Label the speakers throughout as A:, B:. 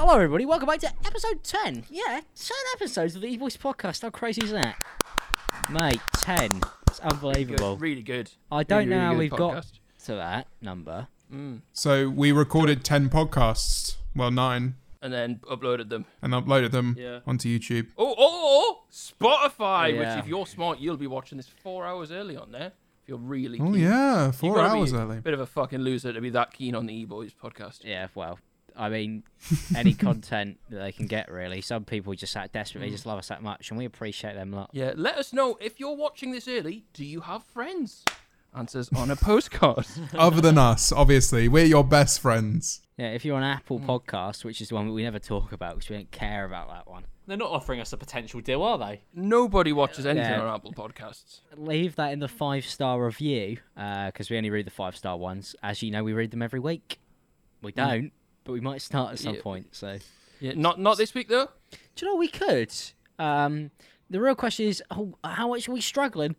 A: Hello, everybody. Welcome back to episode 10. Yeah, 10 episodes of the E-Voice podcast. How crazy is that? Mate, 10. It's unbelievable.
B: Good, really good.
A: I don't
B: Really,
A: know
B: really
A: how
B: good
A: we've got
B: podcast.
A: to that number.
C: So we recorded 10 podcasts, well, nine,
B: And then uploaded them.
C: and uploaded them
B: Yeah.
C: onto YouTube.
B: Oh, oh, oh Spotify.
A: Yeah.
B: Which, if you're smart, you'll be watching this four hours early on there. If you're really.
C: Oh,
B: keen.
C: yeah,
B: You've
C: four
B: gotta
C: hours
B: be
C: early.
B: A bit of a fucking loser to be that keen on the E Boys podcast.
A: Yeah, well, I mean, any content that they can get, really. Some people just like, desperately just love us that much, and we appreciate them a lot.
B: Yeah. Let us know if you're watching this early. Do you have friends? Answers on a postcard.
C: Other than us, obviously. We're your best friends.
A: Yeah, if you're on Apple Podcast, which is the one that we never talk about because we don't care about that one,
D: They're not offering us a potential deal, are they?
B: Nobody watches anything
A: Yeah.
B: on Apple Podcasts.
A: leave that in the five star review because we only read the five star ones. As you know, we read them every week. We don't, but we might start at some
B: Mm. Yeah.
A: point. So,
B: Yeah. Not not this week though.
A: do you know what we could? Um, the real question is, oh, how much are we struggling?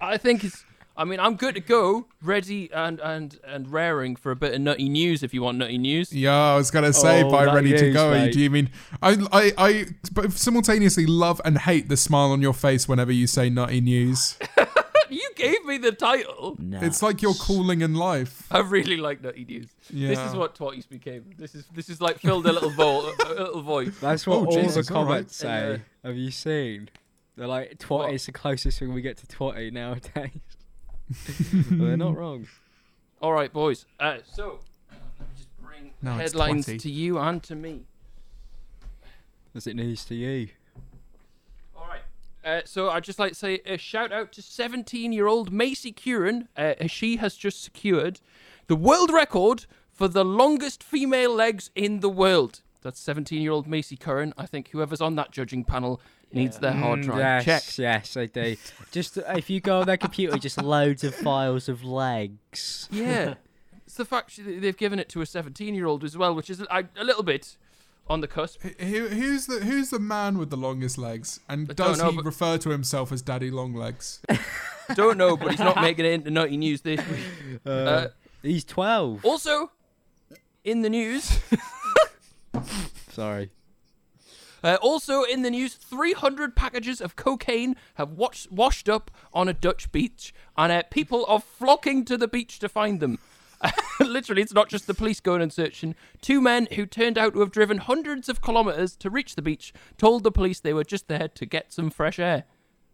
B: I think it's. I mean, I'm good to go, ready and and and raring for a bit of nutty news. If you want nutty news.
C: Yeah, I was going to say,
A: Oh,
C: by
A: that
C: ready to
A: is,
C: go,
A: mate.
C: do you mean. I, I, I but simultaneously love and hate the smile on your face whenever you say nutty news.
B: You gave me the title.
A: No.
C: It's like your calling in life.
B: I really like Nutty News. This is
C: Yeah.
B: what Twatties became. This is this is like filled a little vo- a little void.
A: That's
C: Oh, Jesus, all right.
A: say. Have you seen? They're like, twat
B: What?
A: is the closest thing we get to twatty nowadays. But they're
C: Mm.
A: not wrong.
B: All right, boys. Uh, so let me just bring
C: No, it's
B: headlines
C: twatty.
B: to you and to me.
A: As it news to you.
B: All right. Uh, so I'd just like to say a shout out to 17 year old Macy Curran. Uh, she has just secured the world record for the longest female legs in the world. That's 17 year old Macy Curran. I think whoever's on that judging panel needs their hard drive
A: Mm, yes,
B: checked.
A: yes, they do. Just if you go on their computer, just loads of files of legs.
B: Yeah. it's the fact that they've given it to a 17 year old as well, which is a, a little bit on the cusp.
C: Who, who's the Who's the man with the longest legs? And
B: I don't
C: does
B: know,
C: he
B: but-
C: refer to himself as Daddy Longlegs?
B: Don't know, but he's not making it into Nutty News this week. Uh,
A: He's twelve.
B: also, in the news,
A: Sorry.
B: uh, also in the news, 300 packages of cocaine have watch, washed up on a Dutch beach, and uh, people are flocking to the beach to find them. Literally, it's not just the police going and searching. Two men who turned out to have driven hundreds of kilometres to reach the beach told the police they were just there to get some fresh air.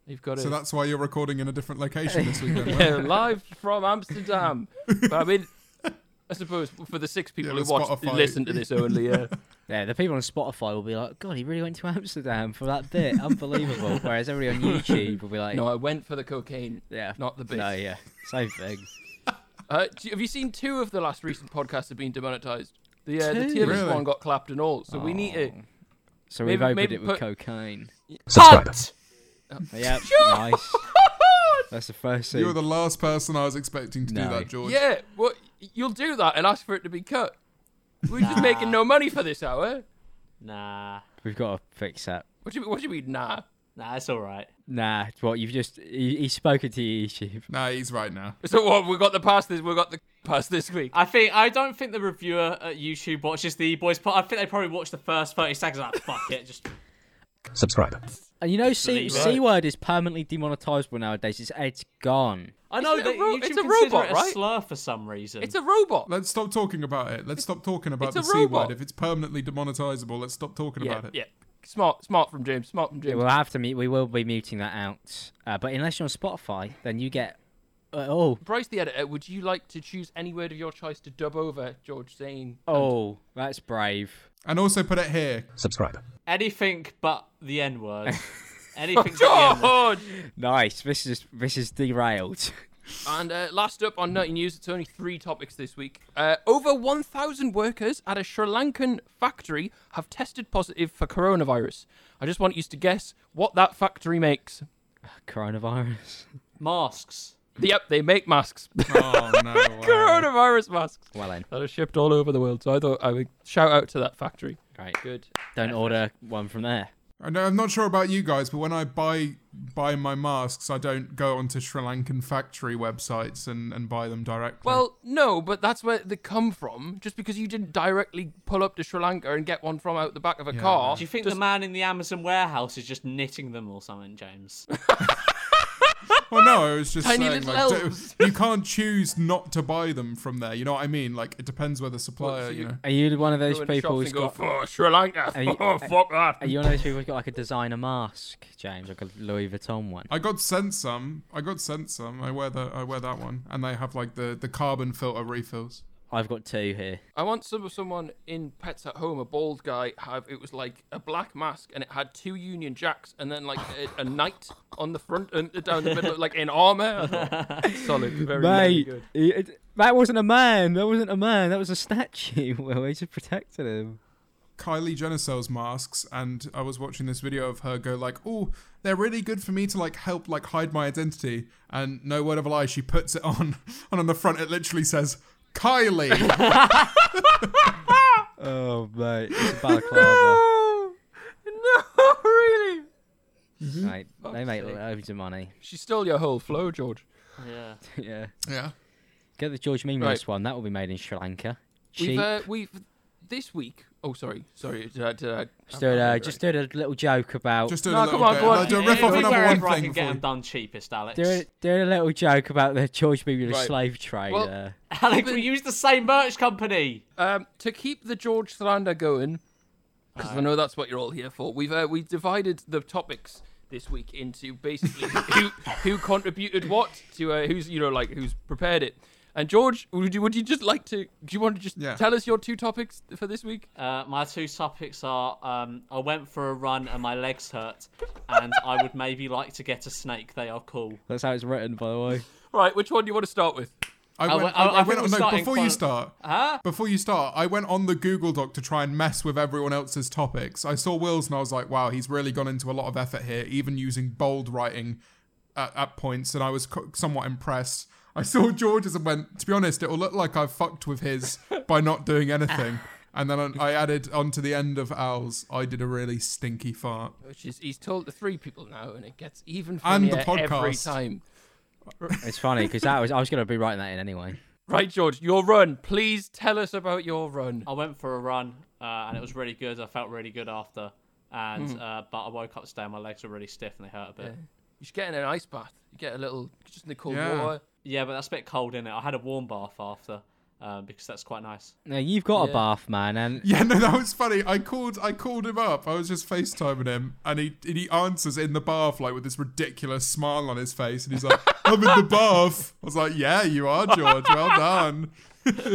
B: You've got
C: so
B: it.
C: that's why you're recording in a different location this weekend. right?
B: Yeah, live from Amsterdam. But I mean, I suppose for the six people
C: Yeah,
B: who
C: the
B: watch,
C: Spotify.
B: listen to this only. Uh,
A: Yeah, the people on Spotify will be like, God, he really went to Amsterdam for that bit. Unbelievable. Whereas everybody on YouTube will be like,
B: no, I went for the cocaine.
A: yeah,
B: not the bit.
A: No, yeah, same thing.
B: Uh, do you- have you seen two of the last recent podcasts have been demonetized? The uh, the
A: Two?
B: Tearless
C: Really?
B: one got clapped and all. So we need to
A: So
B: Maybe-
A: we've opened
B: maybe
A: it with
B: put-
A: cocaine.
B: subscribe.
A: Yep, nice. That's the first thing.
C: You were the last person I was expecting to
A: No.
C: do that, George.
B: Yeah, well, you'll do that and ask for it to be cut. We're just making no money for this hour.
D: Nah,
A: We've got to fix that.
B: What do you, what do you mean? Nah.
D: nah, it's all right.
A: Nah, what you've just he, he's spoken to you, YouTube.
C: Nah, he's right now.
B: So what? We got the past this. We got the past this week.
D: I think I don't think the reviewer at YouTube watches the boys. Pod- I think they probably watch the first thirty seconds. Like, fuck it, just
E: subscribe.
A: And you know, c
D: Right.
A: c word is permanently demonetizable nowadays. It's it's gone.
D: I know
B: Isn't it
D: that
B: a ro-
D: YouTube
B: it's a
D: consider
B: robot,
D: it a
B: right?
D: slur for some reason.
B: It's a robot.
C: Let's stop talking about it. Let's stop talking about
B: it's a
C: the C
B: robot.
C: word. If it's permanently demonetizable, let's stop talking
B: yeah,
C: about it.
B: yeah. Smart, smart from James. Smart from James.
A: We'll have to mute. We will be muting that out. Uh, but unless you're on Spotify, then you get. Uh, oh,
B: Bryce the editor, would you like to choose any word of your choice to dub over George Zane?
A: oh, that's brave.
C: And also put it here.
E: Subscribe.
D: anything but the N word. anything but the N word.
B: George!
A: Nice. This is this is derailed.
B: And uh, last up on Nutty News, it's only three topics this week. Uh, over 1,000 workers at a Sri Lankan factory have tested positive for coronavirus. I just want you to guess what that factory makes.
A: Coronavirus.
D: Masks.
B: Yep, they make masks.
C: Oh no. wow.
B: coronavirus masks.
A: Well then,
B: That are shipped all over the world. So I thought I would shout out to that factory.
A: right.
B: Good.
A: Don't order one from there.
C: I know, I'm not sure about you guys, but when I buy buy my masks, I don't go onto Sri Lankan factory websites and, and buy them directly.
B: Well, no, but that's where they come from. Just because you didn't directly pull up to Sri Lanka and get one from out the back of a car.
D: Do you think the man in the Amazon warehouse is just knitting them or something, James?
C: well, no, I was just
B: Tiny
C: saying
B: little
C: like, do-
B: elves.
C: you can't choose not to buy them from there. You know what I mean? Like it depends where the supplier.
B: so
C: you,
B: you-
C: know.
A: Are you one of those
B: go in
A: people
B: shops
A: who's
B: and go,
A: got?
B: "Oh, Sri Lanka.
A: Are you-
B: oh, fuck that.
A: Are you one of those people who's got like a designer mask, James, like a Louis Vuitton one?
C: I got sent some. I got sent some. I wear the I wear that one, and they have like the the carbon filter refills.
A: I've got two here.
B: I once saw someone in Pets at Home, a bald guy, have it was like a black mask and it had two Union Jacks and then like a, a knight on the front and down the middle, like in armor. I thought, Solid, very, very good.
A: that wasn't a man. That wasn't a man. That was a statue. Well, we just protected him.
C: Kylie Jenner sells masks, and I was watching this video of her go like, "Oh, they're really good for me to like help like hide my identity." And no word of a lie, she puts it on, and on the front it literally says Kylie.
A: Oh, mate. It's a balaclava.
B: No, really.
A: Mate, they make
B: sake.
A: loads of money.
B: She stole your whole flow, George.
D: yeah.
A: yeah.
C: yeah.
A: Get the George Mean
B: Right.
A: Rice one. That will be made in Sri Lanka.
B: We've,
A: Cheap.
B: uh, we've this week. Oh, sorry, sorry. Did I, did I,
A: just, did a, just did a little joke about.
C: Just do
B: No,
C: a little
B: come on,
C: bit.
B: go on.
C: Like, do a
D: Yeah,
C: riff
D: yeah,
C: off
D: yeah,
C: another
D: yeah.
C: one
D: Wherever I
C: thing
D: can
C: for
D: get them
C: you.
D: done cheapest, Alex.
A: do a, do a little joke about the George Mean Rice
B: Right.
A: slave trade.
B: Well-
A: uh,
D: Alex, we use the same merch company.
B: Um, to keep the George Thrander going, because I know that's what you're all here for. We've uh, we divided the topics this week into basically who who contributed what to uh, who's you know like who's prepared it. And George, would you would you just like to? Do you want to just
C: Yeah.
B: tell us your two topics for this week?
D: Uh, my two topics are um, I went for a run and my legs hurt, and I would maybe like to get a snake. They are cool.
A: that's how it's written, by the way.
B: Right, which one do you want to start with?
C: I
D: I
C: went,
D: went-
C: I,
D: I-
C: I
D: I
C: went
D: went
C: on-
D: with
C: no,
D: starting
C: before you
D: fun-
C: start, before you start, I went on the Google Doc to try and mess with everyone else's topics. I saw Will's and I was like, wow, he's really gone into a lot of effort here, even using bold writing at, at points, and I was co- somewhat impressed. I saw George's and went, to be honest, it'll look like I've fucked with his by not doing anything. And then I I added onto the end of Al's, I did a really stinky fart.
B: Which is he's told the three people now, and it gets even
C: And
B: funnier
C: the
B: every
C: podcast.
B: time.
A: It's funny because that was I was going to be writing that in anyway.
B: Right, George, your run. Please tell us about your run.
D: I went for a run uh, and it was really good. I felt really good after, and uh, but I woke up today and my legs were really stiff and they
B: Uh,
D: hurt a bit.
B: You should get in an ice bath. You get a little just in the cold
C: Yeah.
B: water.
D: Yeah, but that's a bit cold in it. I had a warm bath after um, because that's quite nice.
A: Now you've got
B: Yeah.
A: a bath, man, and
C: Yeah, no, that was funny. I called, I called him up. I was just FaceTiming him, and he and he answers in the bath, like with this ridiculous smile on his face, and he's like, "I'm in the bath." I was like, "Yeah, you are, George. Well done."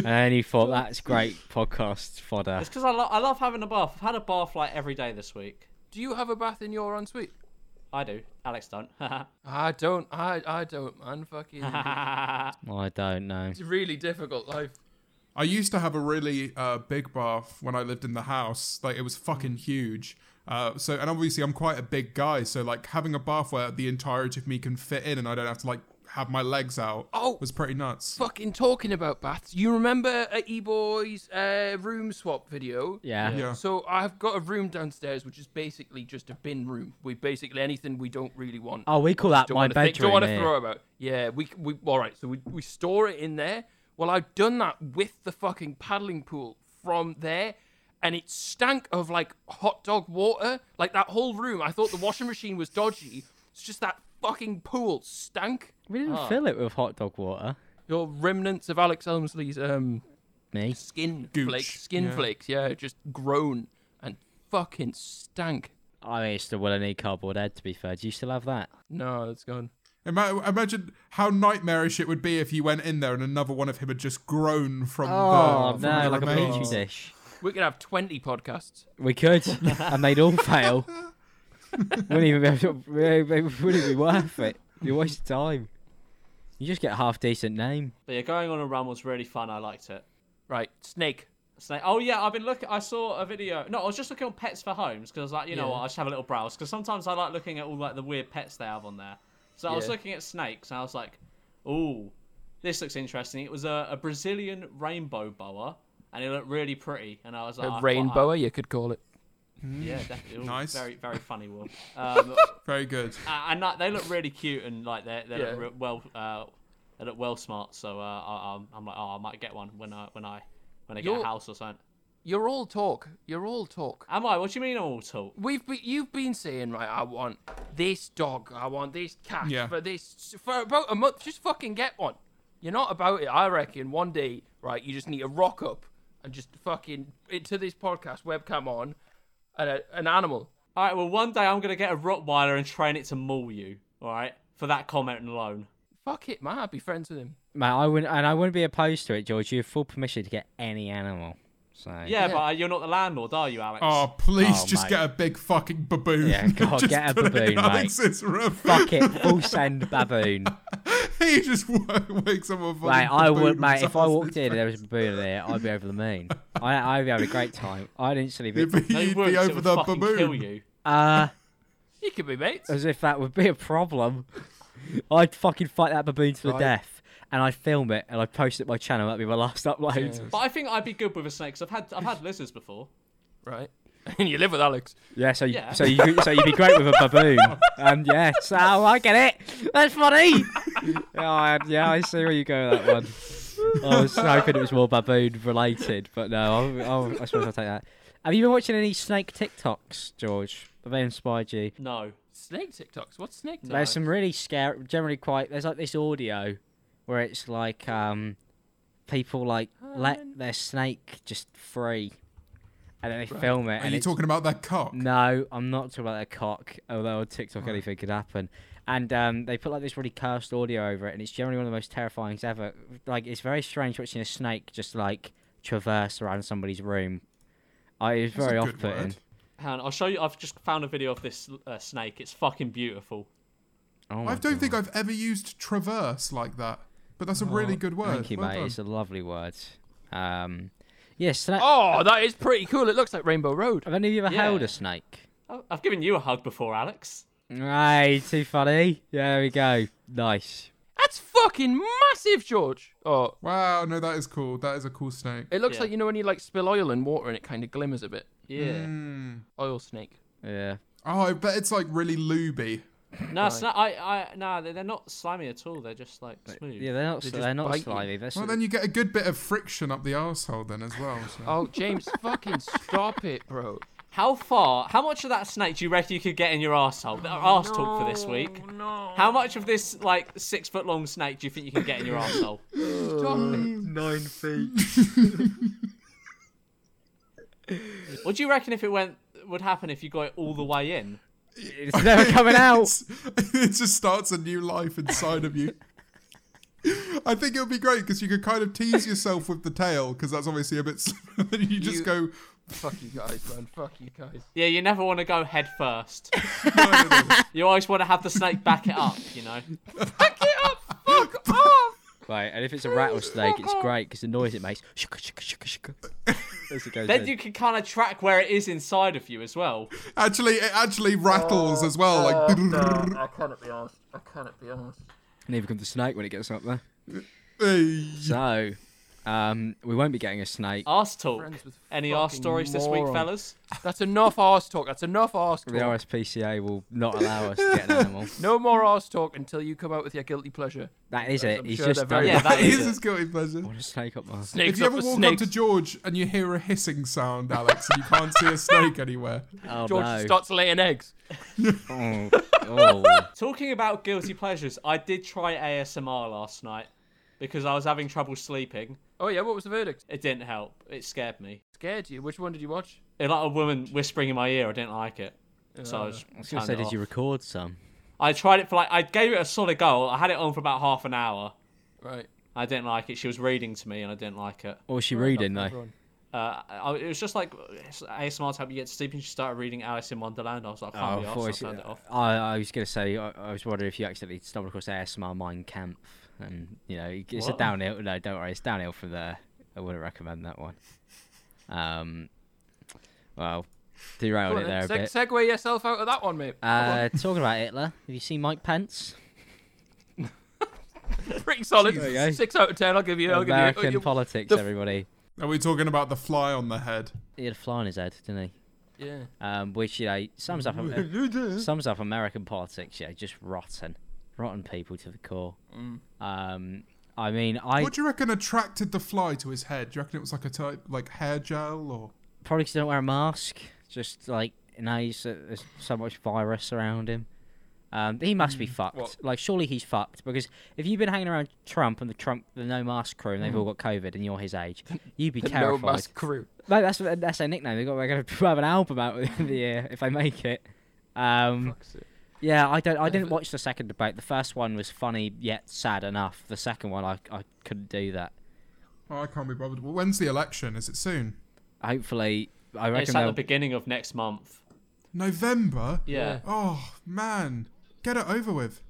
A: and he thought that's great podcast fodder.
D: It's because I, lo- I love having a bath. I've had a bath like every day this week.
B: Do you have a bath in your ensuite?
D: I do. Alex don't.
B: I don't. I I don't, man. Fucking. it's
A: I don't know.
B: a really difficult life.
C: I used to have a really uh, big bath when I lived in the house. Like it was fucking huge. Uh, so and obviously I'm quite a big guy, so like having a bath where the entirety of me can fit in, and I don't have to like have my legs out,
B: Oh.
C: was pretty nuts.
B: Fucking talking about baths. You remember uh, E Boy's uh, room swap video?
A: Yeah.
C: Yeah.
B: So I've got a room downstairs, which is basically just a bin room. We basically anything we don't really want.
A: Oh, we call that
B: don't
A: my
B: wanna think-
A: bedroom.
B: Don't want to
A: here.
B: throw about. Yeah, we we all right. So we we store it in there. Well, I've done that with the fucking paddling pool from there, and it stank of like hot dog water. Like that whole room. I thought the washing machine was dodgy. It's just that fucking pool stank.
A: We didn't
B: Ah.
A: fill it with hot dog water.
B: Your remnants of Alex Elmsley's um
A: Me.
B: skin
C: Gooch,
B: flakes, skin
C: yeah.
B: flakes. Yeah, just grown and fucking stank.
A: I mean, it's the Will and E cardboard head. To be fair, do you still have that?
B: No, it's gone.
C: Ima- Imagine how nightmarish it would be if you went in there and another one of him had just grown from
A: Oh,
C: the, from
A: no,
C: the
A: like a
C: remains.
A: petri dish.
B: We could have twenty podcasts.
A: We could, and they'd all fail. wouldn't even be, able to- wouldn't even be worth it. You waste time. You just get a half decent name.
D: but yeah, going on a run was really fun. I liked it.
B: Right, snake.
D: Snake. Oh yeah, I've been looking. I saw a video. No, I was just looking on pets for homes because like you know
B: Yeah.
D: what, I just have a little browse because sometimes I like looking at all like the weird pets they have on there. So I was
B: Yeah.
D: looking at snakes and I was like, "Ooh, this looks interesting." It was a, a Brazilian rainbow boa and it looked really pretty. And I was like,
B: A
D: "I- I-
B: rainbower, you could call it.
D: Yeah, definitely. Ooh,
C: Nice.
D: Very, very funny one. Um,
C: Very good.
D: uh, and that, they look really cute and like they they
B: Yeah.
D: look re- well uh, they look well smart. So uh, I, I'm- I'm like, oh, I might get one when I when I when I get
B: You're-
D: a house or something.
B: You're all talk. You're all talk.
D: Am I? What do you mean I'm all talk?
B: We've be, you've been saying right. I want this dog. I want this cat
C: Yeah.
B: for this for about a month. Just fucking get one. You're not about it. I reckon one day, right? You just need to rock up and just fucking into this podcast webcam on, and a, an animal.
D: All right. Well, one day I'm gonna get a Rottweiler and train it to maul you. All right. For that comment alone.
B: Fuck it, man. I'd be friends with him.
A: Mate, I wouldn't, and I wouldn't be opposed to it, George. You have full permission to get any animal. So
D: Yeah, but uh, you're not the landlord, are you, Alex?
C: Oh, please
A: Oh,
C: just
A: mate.
C: get a big fucking baboon.
A: Yeah, God,
C: Just
A: get a
C: put it in
A: baboon, mate.
C: Alex's roof.
A: fuck it, full send baboon.
C: he just wa- wakes up with a
A: Mate, I
C: baboon
A: would,
C: with
A: mate.
C: his
A: If I
C: ass
A: walked in
C: his
A: and there was a baboon there, I'd be over the moon. I, I'd be having a great time. I'd instantly be
C: You'd be,
D: no, you
C: you'd
D: wouldn't,
C: be
D: 'cause it
C: over
D: would
C: the
D: fucking
C: baboon.
D: kill you.
A: uh
B: You could be mates.
A: as if that would be a problem. I'd fucking fight that baboon to the
B: Right.
A: death, and I'd film it and I'd post it to my channel. That'd be my last upload.
B: Yeah.
D: But I think I'd be good with a snake. Cause I've had I've had lizards before.
B: Right. And you live with Alex.
A: Yeah, so you,
D: Yeah.
A: so you so you'd be great with a baboon. um, yeah, so I get it. That's funny. yeah, I, yeah, I see where you go with that one. I was hoping it was more baboon related, but no, I'll, I'll, I suppose I'll take that. Have you been watching any snake TikToks, George? Have they inspired you?
D: No.
B: Snake TikToks. What's snake TikToks?
A: There's some really scary, generally quite. There's like this audio where it's like um, people like
C: Oh,
A: let their snake just free, and then they film it.
C: Are
A: and
C: you
A: it's,
C: talking about that cock?
A: No, I'm not talking about their cock. Although on TikTok anything could happen. And um, they put like this really cursed audio over it, and it's generally one of the most terrifying things ever. Like it's very strange watching a snake just like traverse around somebody's room. I, it's
C: That's a
A: very
C: good
A: off-putting.
C: word.
D: Hang on, I'll show you. I've just found a video of this uh, snake. It's fucking beautiful.
A: Oh my
C: I don't
A: God. Oh,
C: think I've ever used traverse like that, but that's a really good word.
A: Thank you,
C: Well
A: mate.
C: done.
A: It's a lovely word. Um, yeah, snake.
B: Oh, that is pretty cool. It looks like Rainbow Road.
A: Have any of you ever held
D: Yeah.
A: a snake?
D: I- I've given you a hug before, Alex.
A: Right, too funny. Yeah, there we go. Nice.
B: That's fucking massive, George. Oh,
C: Wow, no, that is cool. That is a cool snake.
B: it looks
D: Yeah.
B: like you know when you like spill oil and water and it kind of glimmers a bit.
D: Yeah.
C: Mm.
B: Oil snake.
A: Yeah.
C: Oh, I bet it's like really looby.
D: No, it's not, I, I, no, they're, they're not slimy at all. They're just like smooth.
A: Yeah, they're not.
B: They
A: They
B: just
A: are not
B: bite you.
A: slimy. They're
C: Well, then you get a good bit of friction up the arsehole then as well. So.
B: Oh, James, fucking stop it, bro.
D: How far? How much of that snake do you reckon you could get in your arsehole? Our arse talk for this week.
B: No.
D: How much of this like six foot long snake do you think you can get in your arsehole?
B: Um.
A: nine feet.
D: what do you reckon if it went would happen if you got it all the way in?
A: It's never coming out.
C: It's- it just starts a new life inside of you. I think it would be great because you could kind of tease yourself with the tail because that's obviously a bit. slim. you just
B: You-
C: go.
B: Fuck you guys, man. Fuck you guys.
D: Yeah, you never want to go head first.
C: "No, no, no."
D: You always want to have the snake back it up, you know.
B: Back it up. Fuck off.
A: Right, and if it's a rattlesnake, it's
B: off.
A: great because the noise it makes. Shuka, shuka, shuka, shuka. As it goes
D: Then
A: in.
D: you can kind of track where it is inside of you as well.
C: Actually, it actually rattles as well. Like,
B: Uh, Oh, I cannot be honest. I cannot be honest.
A: And here comes the snake when it gets up there.
C: "Hey."
A: So, um, we won't be getting a snake.
D: Arse talk.
B: Friends with
D: Any arse
B: fucking
D: stories this week,
B: moron.
D: fellas?
B: That's enough arse talk. That's enough arse
A: The
B: talk.
A: RSPCA will not allow us to get an animal.
B: No more arse talk until you come out with your guilty pleasure.
A: That is it.
B: I'm
A: He's
B: sure they're
A: just done.
B: very-
D: Yeah,
A: Yeah,
D: that
C: That is
D: is it.
C: his guilty pleasure.
A: What a snake up my.
B: Snakes
C: If you
B: up
C: ever
B: for
C: walk
B: snakes.
C: up to George and you hear a hissing sound, Alex, and you can't see a snake anywhere,
A: Oh
B: George
A: no.
B: starts laying eggs.
A: Oh, oh.
D: Talking about guilty pleasures, I did try ASMR last night because I was having trouble sleeping.
B: Oh yeah, what was the verdict?
D: It didn't help. It scared me.
B: Scared you. Which one did you watch?
D: It like a woman whispering in my ear. I didn't like it, so I
B: Uh,
D: was.
A: I was gonna say, did you record some?
D: I tried it for like. I gave it a solid go. I had it on for about half an hour.
B: Right.
D: I didn't like it. She was reading to me, and I didn't like it.
A: What was she reading though?
B: Everyone.
D: Uh, I, it was just like ASMR to help you get to sleep, and she started reading Alice in Wonderland. I was like, I can't be
A: I,
D: arsed,
A: thought
D: so I
A: it-
D: turned it off.
A: uh, I, I was gonna say, I, I was wondering if you accidentally stumbled across ASMR Mein Kampf, and you know, it's
D: What?
A: a downhill. No, don't worry, it's downhill from there. I wouldn't recommend that one. Um, well,
B: Go
A: derailed
B: on
A: it there
B: then,
A: a bit.
B: seg- segue yourself out of that one, mate. Come on.
A: Uh, talking about Hitler, have you seen Mike Pence?
B: Pretty solid.
A: There you go.
B: Six out of ten. I'll give you. I'll
A: American
B: give you.
A: politics,
B: the f-
A: everybody.
C: are we talking about the fly on the head?
A: He had a fly on his head, didn't he?
B: Yeah.
A: um, which you know sums up Am- sums up American politics. Yeah, just rotten, rotten people to the core.
B: Mm.
A: Um, I mean, I
C: What do you reckon attracted the fly to his head? Do you reckon it was like a type like hair gel or?
A: probably 'cause he don't wear a mask. Just like you know, he's, uh, there's so much virus around him. Um, he must be fucked.
B: Mm. Well-
A: Like, surely he's fucked because if you've been hanging around Trump and the Trump, the no mask crew, and they've all got COVID, and you're his age, you'd be
B: Mm. The no
A: terrified.
B: mask crew.
A: No, that's that's their nickname. They got they're going to have an album out at the end of the year if they make it. Um, yeah, I don't. I didn't watch the second debate. The first one was funny yet sad enough. The second one, I I couldn't do that.
C: Oh, I can't be bothered. Well, when's the election? Is it soon?
A: Hopefully, I
D: It's
A: reckon
D: at the
A: they'll.
D: beginning of next month.
C: November.
D: Yeah.
C: Oh man, get it over with.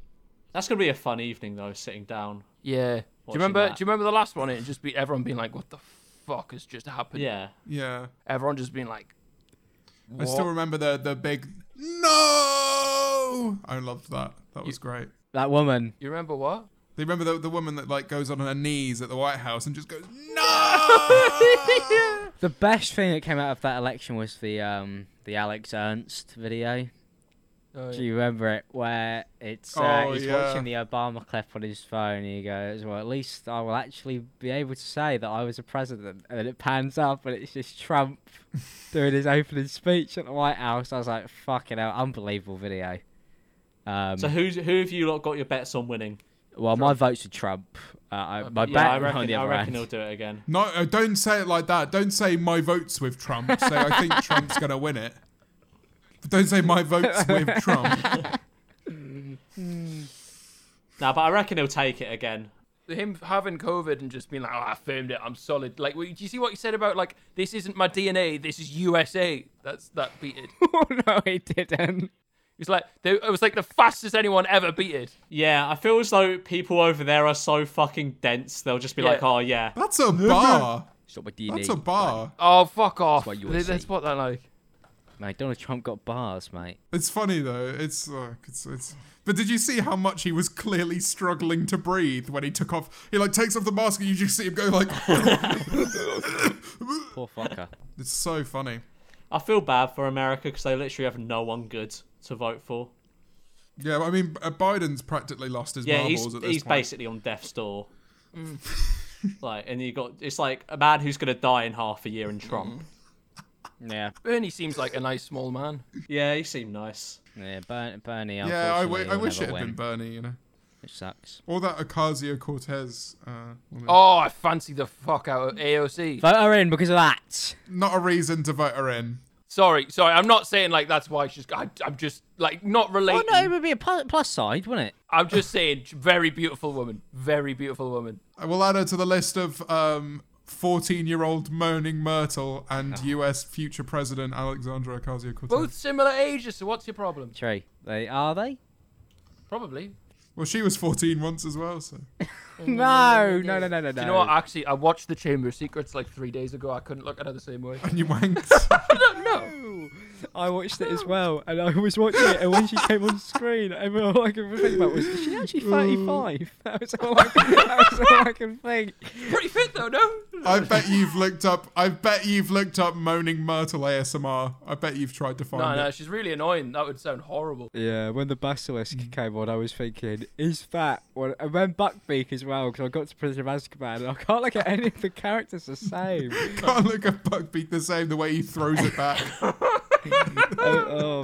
D: That's going to be a fun evening, though, sitting down.
B: Yeah. Do you
D: Watching
B: remember?
D: that.
B: Do you remember the last one? It just be everyone being like, "What the fuck has just happened?"
D: Yeah.
C: Yeah,
B: Everyone just being like,
C: I still
B: "What?"
C: remember the the big no. I loved that. That was great.
A: that woman.
B: You remember what?
C: They remember the, the woman that like goes on her knees at the White House and just goes no.
A: The best thing that came out of that election was the um the Alex Ernst video.
B: Oh,
A: Do you remember it? Where it's uh,
C: Oh,
A: he's
C: yeah.
A: watching the Obama clip on his phone and he goes, "Well, at least I will actually be able to say that I was a president." And then it pans up and it's just Trump doing his opening speech at the White House. I was like, "Fucking hell, unbelievable video." Um,
D: So who's who have you lot got your bets on winning?
A: well, my vote's for Trump. Uh, I, my
D: yeah,
A: bet
D: I
A: on
D: reckon,
A: the
D: I
A: other
D: reckon
A: hand.
D: he'll do it again.
C: No, uh, don't say it like that. Don't say my vote's with Trump. Say I think Trump's gonna win it. But don't say my vote's with Trump.
D: No, but I reckon he'll take it again.
B: him having COVID and just being like, oh, I filmed it, I'm solid. Like, do you see what he said about like, this isn't my DNA, this is USA. That's that beat it.
A: oh no, he didn't.
B: It's like they, it was like the fastest anyone ever beat it.
D: Yeah, I feel as though people over there are so fucking dense. They'll just be like,
B: Yeah.
D: "Oh yeah,
C: That's a bar.
A: Stop with DNA.
C: That's a bar.
B: Oh fuck off!
A: what you
B: They-
A: would
B: That's
A: say.
B: what they're like.
A: Mate, Donald Trump got bars, mate.
C: It's funny though. It's, uh, it's it's. But did you see how much he was clearly struggling to breathe when he took off? He like takes off the mask and you just see him go like.
A: Poor fucker.
C: it's so funny.
D: I feel bad for America because they literally have no one good to vote for."
C: Yeah, I mean, uh, Biden's practically lost his
D: Yeah,
C: marbles
D: he's
C: at this
D: he's
C: point.
D: basically on death's door.
B: Mm.
D: like, and you got it's like a man who's gonna die in half a year in Trump.
B: Mm.
A: yeah,
B: Bernie seems like a nice small man.
D: Yeah, he seemed nice.
A: yeah. Bern- Bernie.
C: yeah, I,
A: unfortunately,
C: w- I
A: will
C: wish it
A: never
C: had
A: win.
C: been Bernie. You know,
A: It sucks.
C: all that Ocasio Cortez. Uh, woman.
B: Oh, I fancy the fuck out of AOC.
A: Vote her in because of that.
C: Not a reason to vote her in.
B: Sorry, sorry, I'm not saying like that's why she's. I, I'm just like not
A: Oh
B: relating.
A: no, it would be a pl- plus side, wouldn't it?
B: I'm just saying, very beautiful woman, very beautiful woman.
C: I will add her to the list of um, 14-year-old moaning Myrtle and
A: Ah.
C: U.S. future President Alexandra Ocasio Cortez.
B: Both similar ages, so what's your problem?
A: True. They are they?
B: Probably.
C: Well, she was 14 once as well, so.
A: No, no, no, no, no, no.
B: Do you know what? Actually, I watched The Chamber of Secrets like three days ago. I couldn't look at her the same way.
C: And you wanked.
A: No. I watched it as well, and I was watching it, and when she came on screen, and all I could think about was, is she actually 35? That was all I, that was all I could think.
B: Pretty fit though, no?
C: I bet you've looked up. I bet you've looked up moaning Myrtle ASMR. I bet you've tried to find
B: No, no,
C: it.
B: she's really annoying. That would sound horrible.
A: Yeah, when the basilisk came on, I was thinking, is that one? And then Buckbeak as well, because I got to Prisoner of Azkaban, and I can't look at any of the characters the same.
C: Can't look at Buckbeak the same. The way he throws it back.
A: oh,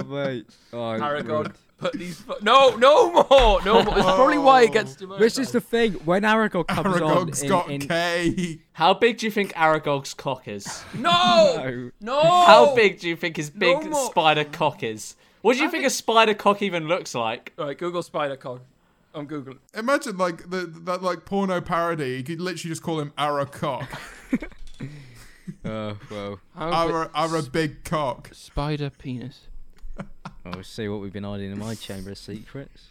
A: oh, mate. Oh,
B: Aragorn, put these. Fu- no, no more, no more. It's probably why it gets to my
A: This is the thing. When Aragog comes
C: Aragog's
A: on
C: got
A: in, in
C: K.
D: How big do you think Aragog's cock is?
B: no,
A: no,
B: no.
D: How big do you think his big
B: No more.
D: spider cock is? What do you think, a spider cock even looks like?
B: All right, Google spider cog. I'm googling.
C: Imagine like the, that like porno parody. You could literally just call him Ara cock.
A: oh well,
B: How
C: Ara Ara big cock.
B: Spider penis.
A: we'll see what we've been hiding in my chamber of secrets.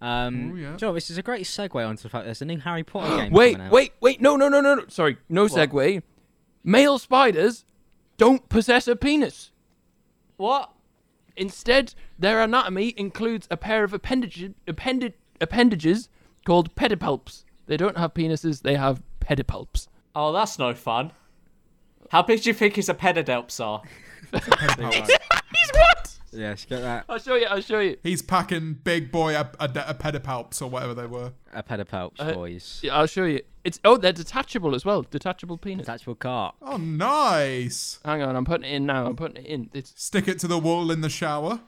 A: Um,
C: Ooh, yeah.
A: John, this is a great segue onto the fact there's a new Harry Potter game
B: Wait,
A: coming out.
B: wait, wait. No, no, no, no, no. Sorry, no segue. Male spiders don't possess a penis.
D: What?
B: Instead, their anatomy includes a pair of appendages, appendage, appendages called pedipalps. They don't have penises, they have pedipalps.
D: Oh, that's no fun. How big do you think his pedodelps are?
C: Power.
B: He's what?
A: Yes, get that.
B: I'll show you. I'll show you.
C: He's packing big boy a, a, a pedipalps or whatever they were.
A: A pedipalps,
B: Uh,
A: boys.
B: Yeah, I'll show you. It's oh, they're detachable as well. Detachable penis.
A: Detachable cart.
C: Oh, nice.
B: Hang on, I'm putting it in now. I'm putting it in. It's
C: Stick it to the wall in the shower.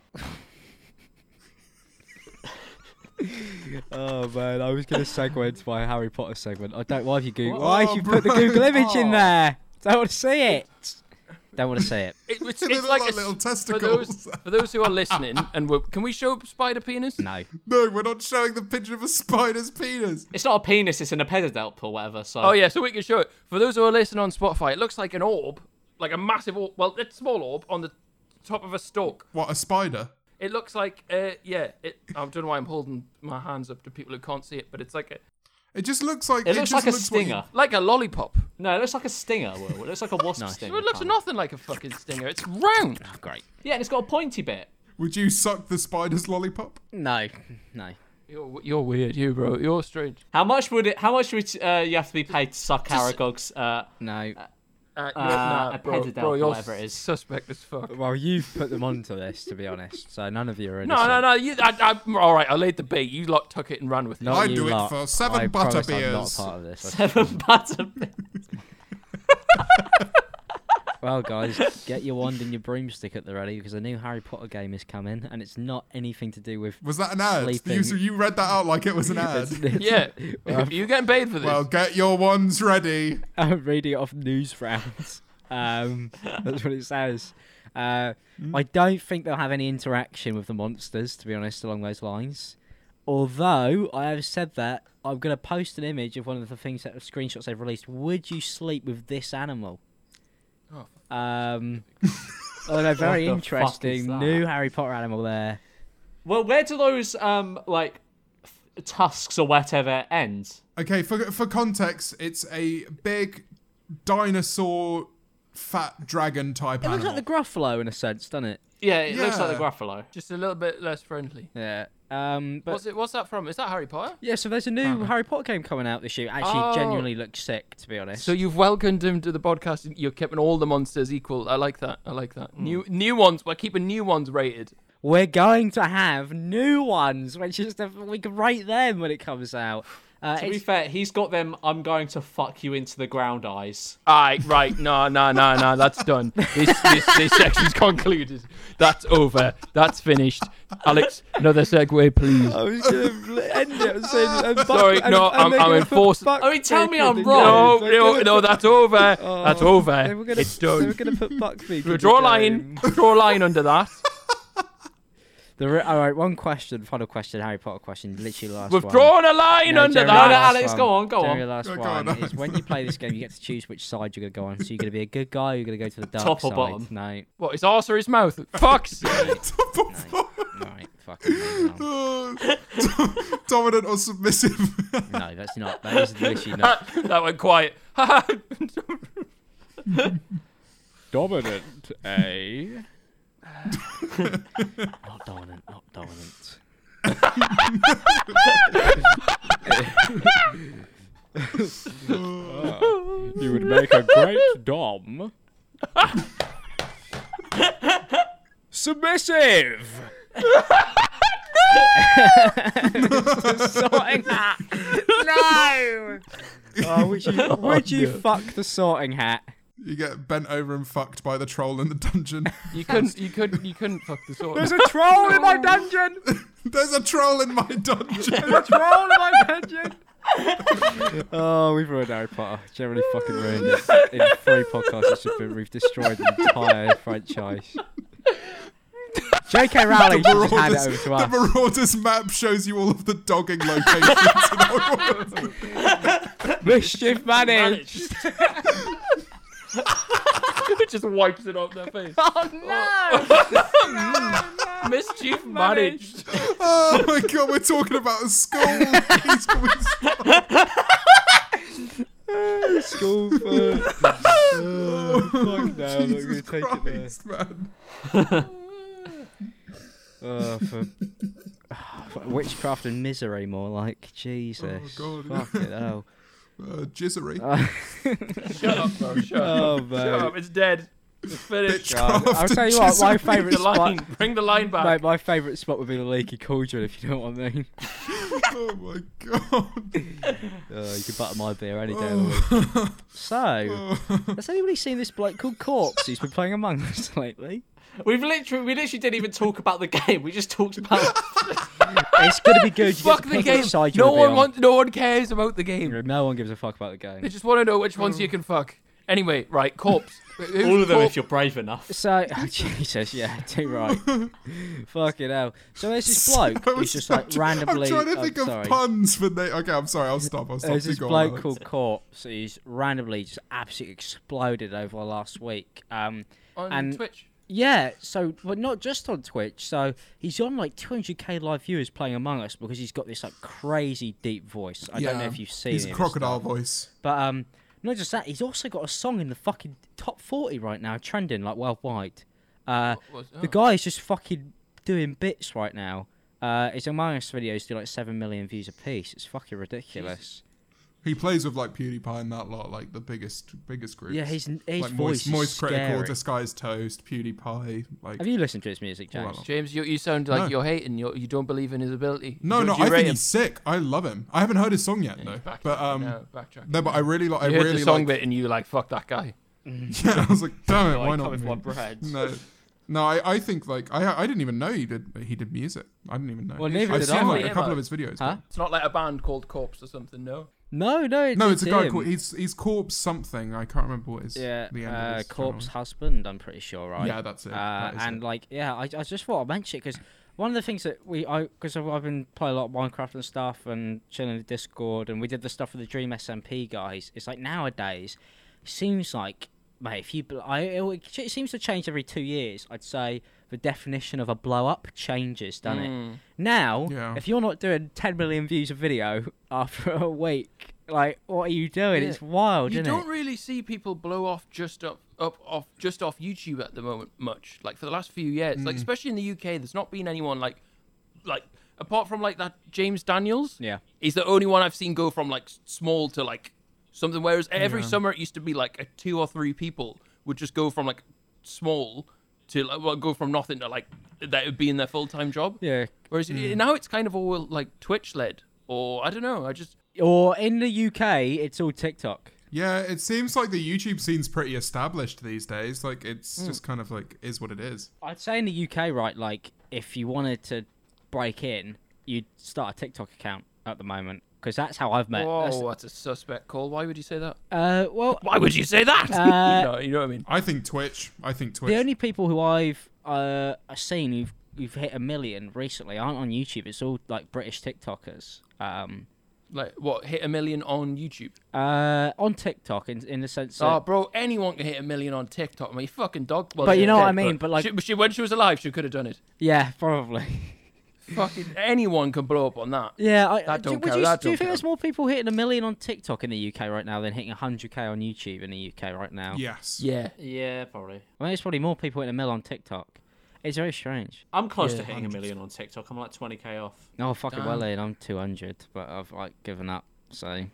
A: Oh man, I was gonna segue into my Harry Potter segment. I don't. Why have you Google? Why have you put
B: Oh,
A: the
C: bro.
A: Google image in there? Don't want to see it. Don't want to see it.
B: it- it's,
C: They
B: it's
C: look
B: like
C: like
B: a,
C: little
B: s- For
C: testicles.
B: those, for those who are listening, and we're, can we show spider penis?
A: No.
C: No, we're not showing the picture of a spider's penis.
D: It's not a penis. It's an epidelp or whatever. So
B: Oh yeah, so we can show it. For those who are listening on Spotify, it looks like an orb, like a massive orb. Well, it's a small orb on the top of a stalk.
C: What, a spider?
B: It looks like, uh, yeah. It, I don't know why I'm holding my hands up to people who can't see it, but it's like a
C: It just looks like
D: It looks
C: just
D: like a
C: what you-
D: stinger.
B: like a lollipop.
D: No, it looks like a stinger. Will. It looks like a wasp stinger.
B: It looks
D: kind of.
B: nothing like a fucking stinger. It's round.
A: Great.
D: Yeah, and it's got a pointy bit.
C: Would you suck the spider's lollipop?
A: No. No.
B: You're, you're weird, you bro. You're strange.
D: How much would it? How much would uh, you have to be paid to suck Aragog's? Uh,
A: No.
B: Uh, you're,
D: Uh,
B: nah,
D: a
B: bro,
D: pedophile,
B: bro, you're
D: whatever it is.
B: suspect as fuck.
A: Well, you've put them onto this, to be honest. So none of you are
B: No,
A: innocent.
B: no, no. You, I, I, all right, I laid the bait. You lot took it and ran with it.
A: Not
C: I'd
A: you
C: do it
A: lot.
C: for seven
A: I promise I'm not
C: butterbeers.
A: part of this.
D: Evan Butterbeer.
A: Well, guys, get your wand and your broomstick at the ready because a new Harry Potter game is coming, and it's not anything to do with.
C: Was that an ad? You,
A: Sleeping.
C: so you read that out like it was an ad.
B: Yeah,
D: Um,
B: you're getting paid for this.
C: well, get your ones ready.
A: I'm reading it off news rounds. Um, that's what it says. Uh,
D: Hmm.
A: I don't think they'll have any interaction with the monsters, to be honest, along those lines. Although I have said that I'm going to post an image of one of the things that screenshots they've released. Would you sleep with this animal?
B: Oh,
A: Um, oh, no, very
D: the fuck is
A: interesting
D: that?
A: new Harry Potter animal there.
D: Well, where do those um like f- tusks or whatever end?
C: Okay, for for context, it's a big dinosaur, fat dragon type
A: It looks
C: animal.
A: like the Gruffalo in a sense, doesn't it?
D: Yeah, it looks like
C: Yeah.
D: the Gruffalo.
B: just a little bit less friendly.
A: Yeah. Um, but
B: What's it? What's that from? Is that Harry Potter?
A: yeah, so there's a new Harry Potter game coming out this year. Actually,
B: Oh.
A: genuinely looks sick, to be honest.
B: So you've welcomed him to the podcast. and You're keeping all the monsters equal. I like that. I like that. New new ones. We're keeping new ones rated.
A: We're going to have new ones, which is the, we can rate them when it comes out. Uh,
D: To be
A: it's-
D: fair, he's got them. I'm going to fuck you into the ground eyes.
B: All right, right. No, no, no, no. That's done. This this, this section's concluded. That's over. That's finished. Alex, another segue, please.
A: I was gonna end it and saying, and buck-
B: Sorry,
A: and-
B: no,
A: and
B: I'm-
A: they're
B: I'm
A: gonna put
B: enforcing-
A: buck
D: I mean, tell me I'm
A: naked in
B: No,
D: wrong.
A: games. They're
B: no,
A: gonna
B: no.
A: put-
B: That's over.
A: Oh,
B: that's
A: They
B: over.
A: were gonna,
B: it's
A: They
B: done.
A: were going to put buck naked. in
B: Draw a
A: the
B: line.
A: game.
B: Draw a line under that.
A: The re- all right, one question, final question, Harry Potter question, literally last
B: We've
A: one.
B: drawn a line
A: No,
B: under
A: Jeremy,
B: that.
D: No, no,
A: last
D: Alex,
A: one.
D: go on, go
A: Jeremy,
D: on.
A: last
C: Go
A: one
C: on,
A: is when you play this game, you get to choose which side you're going to go on. So you're going to be a good guy, or you're going to go to the dark
D: Top or
A: side.
D: bottom?
A: No,
B: What is arse or his mouth? Fuck's
A: all right, fucking move on.
C: Dominant or submissive?
A: no, that's not. That is literally not.
B: that went quiet.
A: Dominant, eh? not dominant, not dominant. you would make a great dom. Submissive. sorting hat. No. Oh, would you, would you fuck the sorting hat?
C: you get bent over and fucked by the troll in the dungeon.
B: you couldn't. You couldn't. You couldn't fuck the sword.
A: There's a troll in my dungeon.
C: There's a troll in my dungeon.
A: There's a troll in my dungeon. oh, we've ruined Harry Potter. Generally fucking ruined it. In three podcasts, it's just been, we've destroyed the entire franchise. J.K. Rowling should just hand it
C: Marauders,
A: over to
C: the
A: us.
C: Marauders map shows you all of the dogging locations. in Hogwarts.
A: Mischief managed.
B: Managed. just wipes it off their face. Oh.
A: Oh
B: Mischief managed.
C: oh my god, we're talking about a school.
A: Uh,
C: Please, can we stop?
A: no! School for. fuck no, I'm not
C: Oh, Jesus
A: going to take it there.
C: Christ, man.
A: Oh, for, for witchcraft and misery, more like Jesus.
C: God.
A: Fuck it, oh.
C: Uh, jizzery.
B: Shut up, bro. Shut up.
A: Oh,
B: Shut
A: man.
B: up. It's dead. It's finished.
A: God, I'll tell you what, my favourite
B: Bring the line.
A: spot.
B: Bring the line back.
A: Mate, my favourite spot would be the leaky cauldron, if you know what I mean.
C: Oh my god.
A: Uh, you could butter my beer any day of the week. So,
C: Oh.
A: has anybody seen this bloke called Corpse who's been playing Among Us lately?
D: We've literally, we literally didn't even talk about the game. We just talked about.
A: It's going to be good. You get
B: Fuck
A: to
B: the
A: pick
B: game.
A: which side you
B: No
A: wanna be
B: one
A: on.
B: wants. No one cares about the game.
A: No one gives a fuck about the game.
B: They just want to know which ones you can fuck. Anyway, right, corpse. Who's
D: all of them,
B: corpse?
D: if you're brave enough.
A: So oh, Jesus, yeah, too right. Fucking hell. So there's this bloke
C: I
A: who's
C: was-
A: just like randomly.
C: I'm trying to
A: oh,
C: think
A: sorry.
C: of puns for Nate. Okay, I'm sorry. I'll stop. I'll stop.
A: There's
C: You
A: this
C: go on,
A: bloke
C: Alex.
A: called Corpse who's randomly just absolutely exploded over the last week. Um,
B: on
A: and
B: Twitch.
A: yeah, so but not just on Twitch. So he's on like 200k live viewers playing Among Us because he's got this like crazy deep voice. I don't know
C: Yeah.
A: if you've seen.
C: He's
A: him
C: a
A: and
C: crocodile voice.
A: But um, not just that, he's also got a song in the fucking top forty right now, trending like worldwide. Uh,
B: What was-
A: the
B: oh.
A: guy is just fucking doing bits right now. Uh, his Among Us videos do like seven million views a piece. It's fucking ridiculous.
C: He plays with like PewDiePie and that lot, like the biggest, biggest groups.
A: Yeah, his his
C: like
A: voice
C: moist,
A: is
C: moist critical,
A: scary.
C: disguised toast, PewDiePie. Like,
A: Have you listened to his music, James?
C: Well,
B: James, you, you sound like
C: No.
B: you're hating. You you don't believe in his ability.
C: no,
B: you,
C: no,
B: you
C: I
B: rate
C: think
B: him.
C: he's sick. I love him. I haven't heard his song yet though.
B: Backtrack,
C: But um,
B: no, backtrack.
C: no, but I really like. I
B: you heard
C: really
B: the song
C: like.
B: bit and you like fuck that guy.
C: Yeah, I was like, damn it,
D: Like,
C: why
D: come
C: not?
D: with my
C: me?
D: bread.
C: No, no, I, I think like I, I didn't even know he did. He did music. I didn't even know.
A: Well, neither
C: I've
A: did
C: seen
A: I.
C: like a
B: Yeah,
C: couple
B: but-
C: of his videos.
A: Huh?
C: but-
B: It's not like a band called Corpse or something. No.
A: No, no, it's,
C: No, it's a guy
A: him.
C: called he's he's corpse something. I can't remember what is.
A: yeah,
C: the end of
A: uh,
C: his
A: corpse
C: channel.
A: husband. I'm pretty sure, right?
C: Yeah, that's it.
A: Uh,
C: That is
A: and
C: it.
A: like, yeah, I, I just thought I'd mention it because one of the things that we, I, because I've, I've been playing a lot of Minecraft and stuff and chilling in Discord, and we did the stuff with the Dream SMP guys. It's like nowadays, seems like, mate, if you, bl- I, it, w- it seems to change every two years. I'd say the definition of a blow up changes, doesn't it? Now,
C: Yeah.
A: if you're not doing 10 million views a video after a week, like, what are you doing?
B: Yeah.
A: It's wild,
B: you
A: isn't
B: don't
A: it?
B: really see people blow off just up, up off just off YouTube at the moment much. Like for the last few years, like especially in the UK, there's not been anyone like, like apart from like that James Daniels.
A: Yeah.
B: he's the only one I've seen go from like s- small to like something. Whereas every summer it used to be like a two or three people would just go from like small to like well, go from nothing to like that would be in their full time job.
A: Yeah,
B: Whereas now it's kind of all like Twitch led, or I don't know. I just
A: Or in the UK, it's all TikTok.
C: Yeah, it seems like the YouTube scene's pretty established these days. Like it's
A: Hmm.
C: just kind of like is what it is.
A: I'd say in the UK, right, like if you wanted to break in, you'd start a TikTok account at the moment because that's how I've met.
B: whoa,
A: that's-
B: that's, a suspect call. Why would you say that?
A: Uh, well,
B: Why would you say that?
A: Uh,
B: no, you know what I mean.
C: I think Twitch. I think Twitch.
A: the only people who I've uh seen who've who've hit a million recently aren't on YouTube. It's all like British TikTokers. Um,
B: Like what? Hit a million on YouTube?
A: uh, on TikTok in in the sense that.
B: oh, bro, anyone can hit a million on TikTok. My fucking dog. Well,
A: But you
B: she's
A: know what I
B: dead,
A: mean, but like-
B: she, she- when she was alive, she could have done it.
A: yeah, probably.
B: Fucking anyone can blow up on that.
A: Yeah, I,
B: That
A: do,
B: don't
A: would
B: count,
A: you,
B: that
A: do you
B: don't
A: think there's
B: count.
A: more people hitting a million on TikTok in the UK right now than hitting 100k on YouTube in the UK right now?
C: yes.
B: Yeah.
D: Yeah, probably.
A: I mean, there's probably more people in a mill on TikTok. It's very strange.
D: I'm close to
B: Yeah.
D: hitting a million on TikTok. I'm like 20k off.
A: Oh, fucking
B: Damn.
A: well, Ian, I'm 200, but I've like given up. So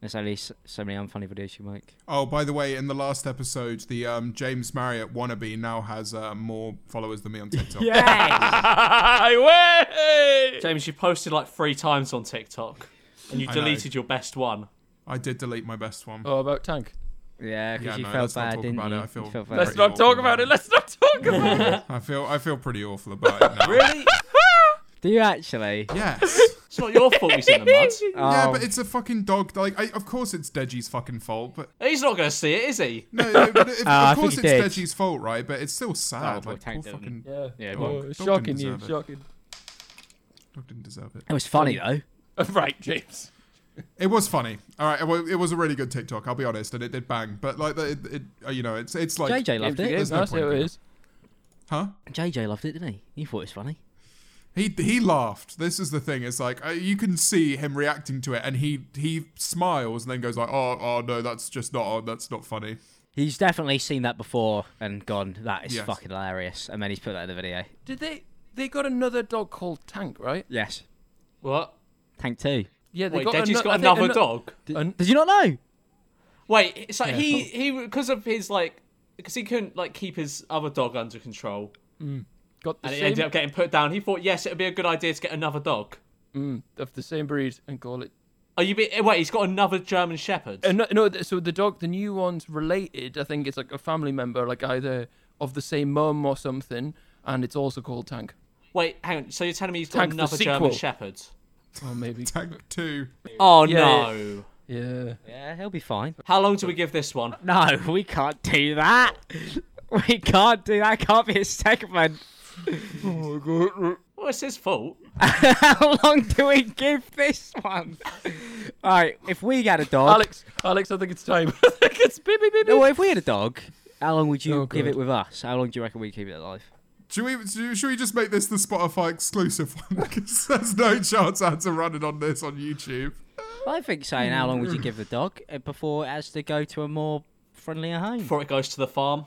A: there's only s- so many unfunny videos you make.
C: Oh, by the way, in the last episode, the um, James Marriott wannabe now has uh, more followers than me on TikTok.
A: Yeah.
B: Highway!
D: James, you posted like three times on TikTok, and you
C: I know.
D: deleted your best one.
C: I did delete my best one.
B: Oh, about tank.
A: yeah, because
C: Yeah,
A: you
C: no,
A: felt
C: let's not
A: bad,
C: talk
A: didn't
C: about
A: you?
C: it. I
A: You
C: feel
A: felt
C: very
A: bad.
B: Let's not talk about it. Let's not talk about
A: Oh.
B: it.
C: I feel I feel pretty awful about it now.
B: Really?
A: Do you actually?
C: Yes.
D: It's not your fault he's in the mud.
C: Yeah,
A: Oh.
C: but it's a fucking dog. Like, I, of course it's Deji's fucking fault, but
D: He's not gonna see it, is he?
C: no, no but if,
A: Uh, I
C: of
A: think
C: course
A: he
C: it's
A: did.
C: Deji's fault, right? But it's still sad.
A: well,
C: like,
A: Tank
C: poor
A: didn't.
C: fucking
B: yeah.
A: Yeah,
B: Oh,
A: well,
C: dog
B: shocking
C: didn't
B: you.
C: deserve it.
B: Shocking.
C: dog didn't deserve it.
A: It was funny though.
B: right, James.
C: It was funny. All right, well, it was a really good TikTok. I'll be honest, and it did bang. But like, it, it uh, you know, it's it's like,
A: JJ loved it.
B: James,
C: no
B: that's
C: point
B: how
C: in
B: it
C: it.
B: is.
C: huh?
A: JJ loved it, didn't he? You thought it was funny.
C: He he laughed. This is the thing. It's like uh, you can see him reacting to it, and he he smiles and then goes like, "Oh, oh no, that's just not. Oh, that's not funny."
A: He's definitely seen that before and gone, that is
C: Yes.
A: fucking hilarious. And then he's put that in the video.
B: Did they? They got another dog called Tank, right?
A: Yes.
D: What?
A: Tank 2.
B: Yeah, they
D: Wait,
B: got, ano-
D: Deji's
B: I
D: got
B: think
D: another
B: ano-
D: dog.
A: Did,
B: An-
A: did you not know?
D: Wait, so he he because of his like because he couldn't like keep his other dog under control,
B: Got the
D: and it
B: same
D: ended up getting put down. He thought, yes, it would be a good idea to get another dog.
B: mm, of the same breed and call it.
D: Oh, you be- wait? He's got another German Shepherd.
B: Uh, no, no, th- so the dog, the new one's related. I think it's like a family member, like either of the same mum or something, and it's also called Tank.
D: Wait, hang on. So you're telling me he's got
B: Tank the
D: another
B: sequel.
D: German Shepherd?
B: Or maybe.
C: Tank two.
D: Oh
B: Yeah,
D: no!
B: Yeah.
A: Yeah, he'll be fine.
D: How long do we give this one?
A: No, we can't do that. We can't do that. Can't be a segment.
D: Well, it's his fault.
A: How long do we give this one? All right, if we had a dog,
B: Alex, Alex, I think it's time. I think it's baby, baby.
A: no, well, if we had a dog, how long would you
B: Oh,
A: give
B: God.
A: it with us? How long do you reckon we keep it alive?
C: Should we, should should we just make this the Spotify exclusive one? Because there's no chance I had to run it on this on YouTube.
A: I think saying how long would you give the dog uh, before it has to go to a more friendlier home.
D: Before it goes to the farm.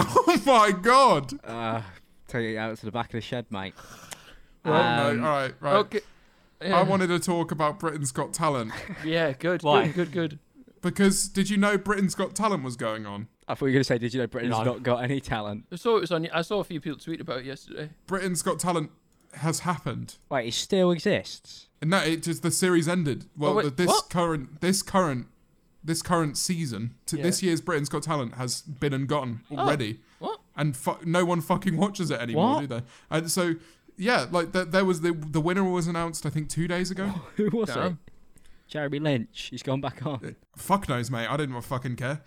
C: Oh my god!
A: Uh, take it out to the back of the shed, mate.
C: Oh,
A: Um,
C: no, all right, right.
B: Okay. Yeah,
C: I wanted to talk about Britain's Got Talent
B: yeah, good,
D: Why?
B: good, good, good.
C: because did you know Britain's Got Talent was going on?
A: I thought you were going to say, did you know Britain's
D: No.
A: not got any talent?
B: I saw it was on. I saw a few people tweet about it yesterday.
C: Britain's Got Talent has happened.
A: Wait, it still exists.
C: No, it just the series ended. Well,
B: Oh, wait,
C: the, this
B: what?
C: current, this current, this current season, to
B: Yeah. Oh,
C: this year's Britain's Got Talent has been and gone already,
B: What?
C: and fu- no one fucking watches it anymore,
A: What?
C: do they? And so, yeah, like th- there was the the winner was announced, I think, two days ago.
A: Who was it?
B: Damn.
A: Jeremy Lynch. He's gone back on.
C: Fuck knows, mate. I didn't fucking care.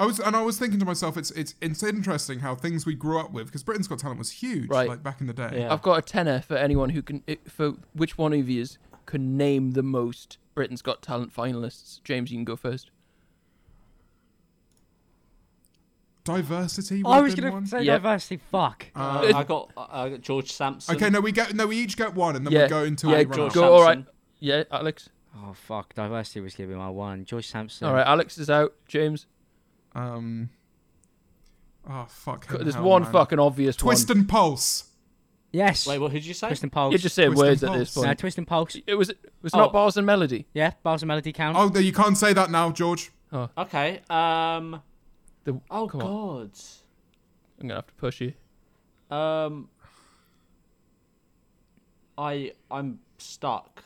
C: I was and I was thinking to myself, it's it's it's interesting how things we grew up with because Britain's Got Talent was huge,
B: Right.
C: like back in the day.
D: Yeah.
B: I've got a tenner for anyone who can, for which one of you can name the most Britain's Got Talent finalists. James, you can go first.
C: Diversity.
A: I was
C: going
A: going to
C: to
A: say
B: Yep.
A: diversity. Fuck.
D: Uh, I got I got George Sampson.
C: Um, Okay, no, we get no, we each get one, and then
B: yeah,
C: we go until
B: yeah,
C: we run
B: go,
C: out.
D: George
B: all right.
D: Sampson.
B: Yeah, Alex.
A: Oh fuck! Diversity was giving my one. Joyce Sampson.
B: All right, Alex is out. James,
C: Um. Oh fuck.
B: c-
C: him,
B: there's
C: hell,
B: one
C: man.
B: fucking obvious
C: Twist
B: one.
C: and pulse.
A: Yes.
D: Wait, what? Who did you say?
A: Twist and pulse.
B: You're just saying
C: Twist and
B: words at this
C: Pulse.
A: no,
B: point.
A: twist and pulse.
B: It was it was
D: Oh.
B: not bars and melody.
A: Yeah, bars and melody count.
C: Oh, no, you can't say that now, George.
D: Okay. Um.
B: The-
D: Oh
B: come on,
D: God.
B: I'm gonna have to push you.
D: Um. I I'm stuck.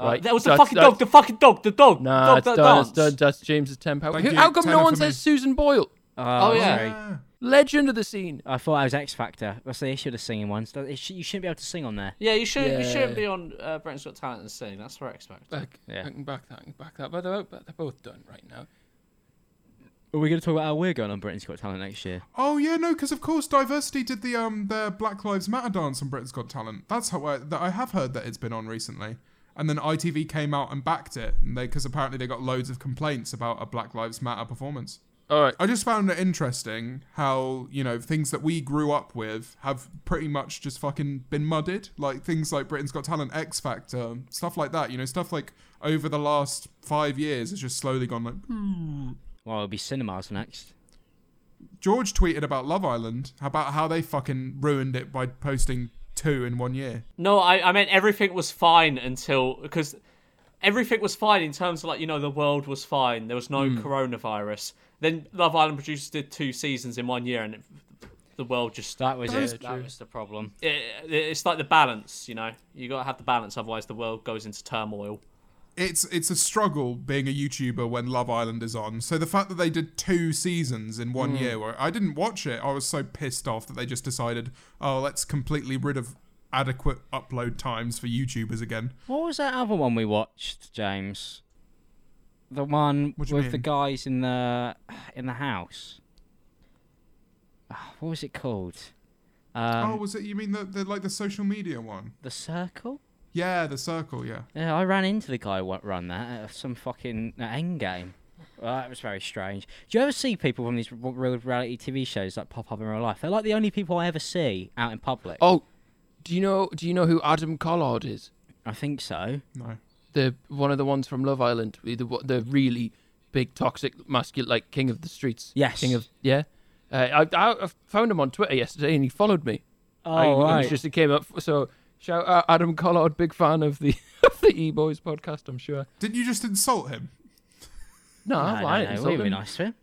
D: Uh,
B: Right,
D: That was
B: that's-
D: the fucking
B: that's-
D: dog. The fucking dog. The dog.
B: Nah,
D: dog,
B: it's
D: that
B: done. It's
D: danced.
B: done. That's James's ten pound.
C: Thank
B: Who-
C: you,
B: How come no
C: tenner
B: one
C: for me.
B: says Susan Boyle?
D: Oh, yeah.
A: sorry.
C: Yeah.
B: Legend of the scene.
A: I thought I was X Factor. That's the issue of the singing ones. That- it sh- You shouldn't be able to sing on there.
D: Yeah, you should you
B: Yeah.
D: shouldn't be on uh, Britain's Got Talent and sing. That's what I expect.
B: Back,
A: Yeah.
B: I can back that. I can back that. But they're, but they're both done right now.
A: Are we going to talk about how we're going on Britain's Got Talent next year?
C: Oh yeah, no, because of course Diversity did the um their Black Lives Matter dance on Britain's Got Talent. That's how I, that I have heard that it's been on recently. And then ITV came out and backed it, and they because apparently they got loads of complaints about a Black Lives Matter performance.
B: All right.
C: I just found it interesting how you know things that we grew up with have pretty much just fucking been mudded, like things like Britain's Got Talent, X Factor, stuff like that. You know, stuff like over the last five years has just slowly gone like.
A: Well, it'll be cinemas next.
C: George tweeted about Love Island about how they fucking ruined it by posting two in one year.
D: No, I, I meant everything was fine until because everything was fine in terms of like you know the world was fine. There was no coronavirus. Then Love Island producers did two seasons in one year, and it, the world just
A: That was
C: Those-
A: it. That was the problem.
D: it, it's like the balance. You know, you gotta have the balance, otherwise the world goes into turmoil.
C: It's it's a struggle being a YouTuber when Love Island is on. So the fact that they did two seasons in one year, where I didn't watch it, I was so pissed off that they just decided, oh, let's completely rid of adequate upload times for YouTubers again.
A: What was that other one we watched, James? The one
C: What
A: with
C: do you
A: the
C: mean?
A: guys in the in the house. Ah, What was it called? Um,
C: oh, was it? You mean the, the like the social media one?
A: The Circle.
C: Yeah, the circle. Yeah.
A: Yeah, I ran into the guy who run that at some fucking at end game. Well, that was very strange. Do you ever see people from these r- real reality TV shows that pop up in real life? They're like the only people I ever see out in public.
B: Oh, do you know? Do you know who Adam Collard is?
A: I think so.
C: No.
B: The one of the ones from Love Island, the the really big toxic masculine, like king of the streets.
A: Yes.
B: King of yeah. Uh, I, I I found him on Twitter yesterday, and he followed me.
A: Oh,
B: I, it was
A: right.
B: Just it came up. So shout out Adam Collard, big fan of the of the E Boys podcast. I'm sure.
C: Didn't you just insult him?
B: No,
A: No,
B: I'm
A: no,
B: lying.
A: no,
B: it's
A: we
B: not
A: were
B: him.
A: nice to him.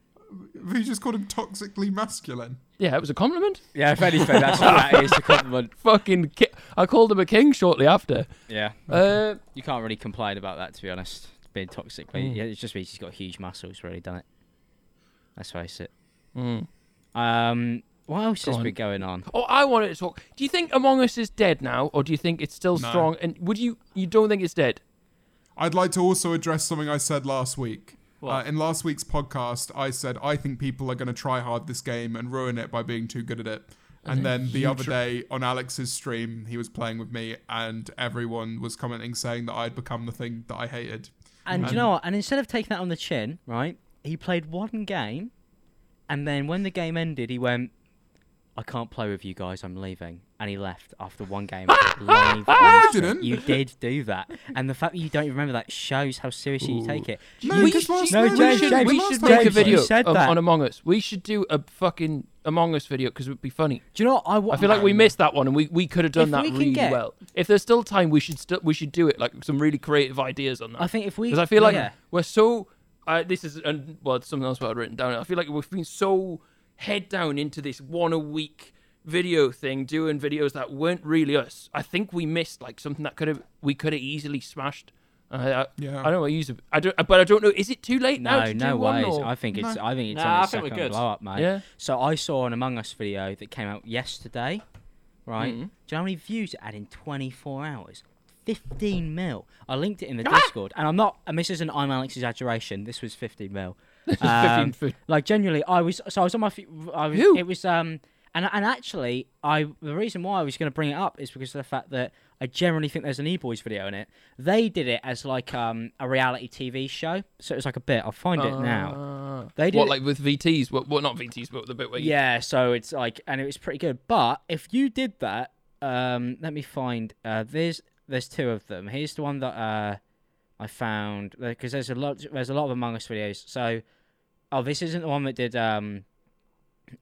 C: He just called him toxically masculine.
B: Yeah, it was a compliment.
A: Yeah, if anything, that's what that is a compliment.
B: Fucking, ki- I called him a king shortly after.
A: Yeah,
B: Uh,
A: you can't really complain about that, to be honest. Being toxic, but yeah, it just means he's got huge muscles. Really done it. Let's face it. Um, what else has
B: on.
A: been going Mm. on?
B: oh, I wanted to talk. Do you think Among Us is dead now, or do you think it's still
C: No.
B: strong? And would you, you don't think it's dead?
C: I'd like to also address something I said last week. Uh, in last week's podcast, I said I think people are going to try hard this game and ruin it by being too good at it. And then the other day on Alex's stream, he was playing with me, and everyone was commenting saying that I'd become the thing that I hated.
A: And
B: Mm.
A: you know what? And instead of taking that on the chin, right? He played one game, and then when the game ended, he went, "I can't play with you guys. I'm leaving," and he left after one game. live
C: I
A: on stream.
C: didn't.
A: You did do that, and the fact that you don't even remember that shows how seriously you take it.
C: No,
B: we
C: because
B: should-
C: last
A: no,
C: no,
A: James,
B: we should,
A: James,
B: we
A: James,
B: should make a
A: James,
B: video
A: you said
B: of-
A: that.
B: on Among Us. We should do a fucking Among Us video because it would be funny.
A: Do you know what? I, wa-
B: I feel like we missed that one, and we, we could have done
A: If
B: that
A: we can
B: really
A: get-
B: well. If there's still time, we should still we should do it like some really creative ideas on that.
A: I think if we-
B: because I feel like
A: yeah.
B: we're so uh, this is and well it's something else what I'd written down. I feel like we've been so head down into this one a week video thing, doing videos that weren't really us. I think we missed like something that could have we could have easily smashed. Uh, I,
C: Yeah.
B: I don't know. I use it. I don't, but I don't know. Is it too late now?
A: No,
B: to
A: no
B: do one,
A: ways.
B: or-
A: I think it's. I think it's
D: Nah,
A: on
D: I
A: its
D: think we're
A: second
D: good.
A: blow up, mate.
B: Yeah.
A: So I saw an Among Us video that came out yesterday, right?
D: Mm-hmm.
A: Do you know how many views it had in 24 hours? 15 mil. I linked it in the
B: Ah!
A: Discord, and I'm not. And this isn't I'm Alex exaggeration. This was 15 mil. Um,
B: 15 fi-
A: like genuinely, I was. So I was on my. fe- I was.
B: Who?
A: It was. Um. And and actually, I the reason why I was going to bring it up is because of the fact that I generally think there's an E Boys video in it. They did it as like um a reality TV show, so it was like a bit. I'll find it now. They did.
B: what
A: it-
B: like with VTs? What, what not VTs? But the bit where you
A: yeah, so it's like, and it was pretty good. But if you did that, um, let me find. Uh, there's there's two of them. Here's the one that uh, I found because there's a lot there's a lot of Among Us videos. So, oh, this isn't the one that did um,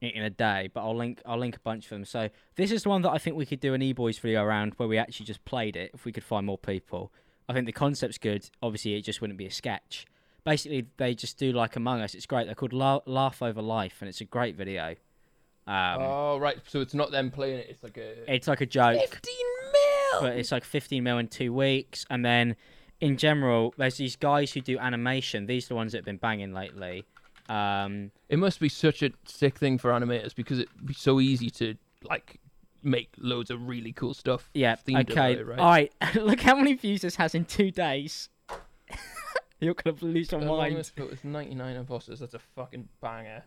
A: it in a day, but I'll link I'll link a bunch of them. So this is the one that I think we could do an eBoys video around where we actually just played it if we could find more people. I think the concept's good. Obviously, it just wouldn't be a sketch. Basically, they just do like Among Us. It's great. They're called La- Laugh Over Life, and it's a great video. Um,
B: Oh right, so it's not them playing it. It's like a
A: it's like a joke,
B: fifteen mil.
A: but it's like 15 mil in two weeks. And then in general, there's these guys who do animation. These are the ones that have been banging lately. Um,
B: It must be such a sick thing for animators because it'd be so easy to like make loads of really cool stuff.
A: yeah.
B: themed
A: okay.
B: about it, right?
A: All right. Look how many views this has in two days. You're gonna lose your mind.
B: It was ninety nine imposters. That's a fucking banger.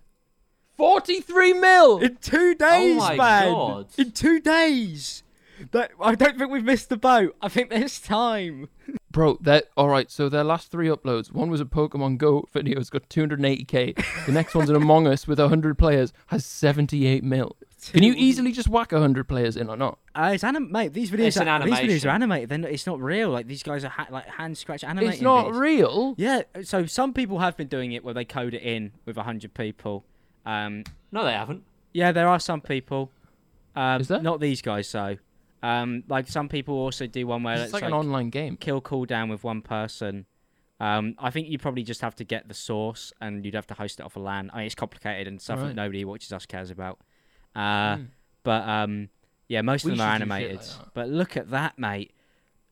B: Forty three mil.
A: In two days,
D: Oh my
A: man.
D: God.
A: In two days. That I don't think we've missed the boat. I think there's time.
B: Bro, that all right. So their last three uploads, one was a Pokemon Go video, it's got 280k. The next one's an Among Us with 100 players, has 78 mil. Can you
A: Two-
B: easily just whack 100 players in or not?
A: Uh, it's anim- mate, these videos
D: It's an
A: are these videos
D: animation.
A: are animated. They're not, it's not real. Like these guys are ha- like hand scratch animated.
B: It's not real.
A: Yeah, so some people have been doing it where they code it in with 100 people. Um,
D: No, they haven't.
A: yeah, there are some people. Um,
B: Is there?
A: Not these guys, though. Um, like some people also do one where
B: It's like an online game.
A: kill cooldown with one person. Um, I think you probably just have to get the source and you'd have to host it off a LAN. I mean, it's complicated and stuff
B: Right. Hmm.
A: that nobody who watches us cares about. Uh, But um, yeah, most
B: We
A: of them are
B: should do shit like
A: animated.
B: that.
A: but look at that, mate.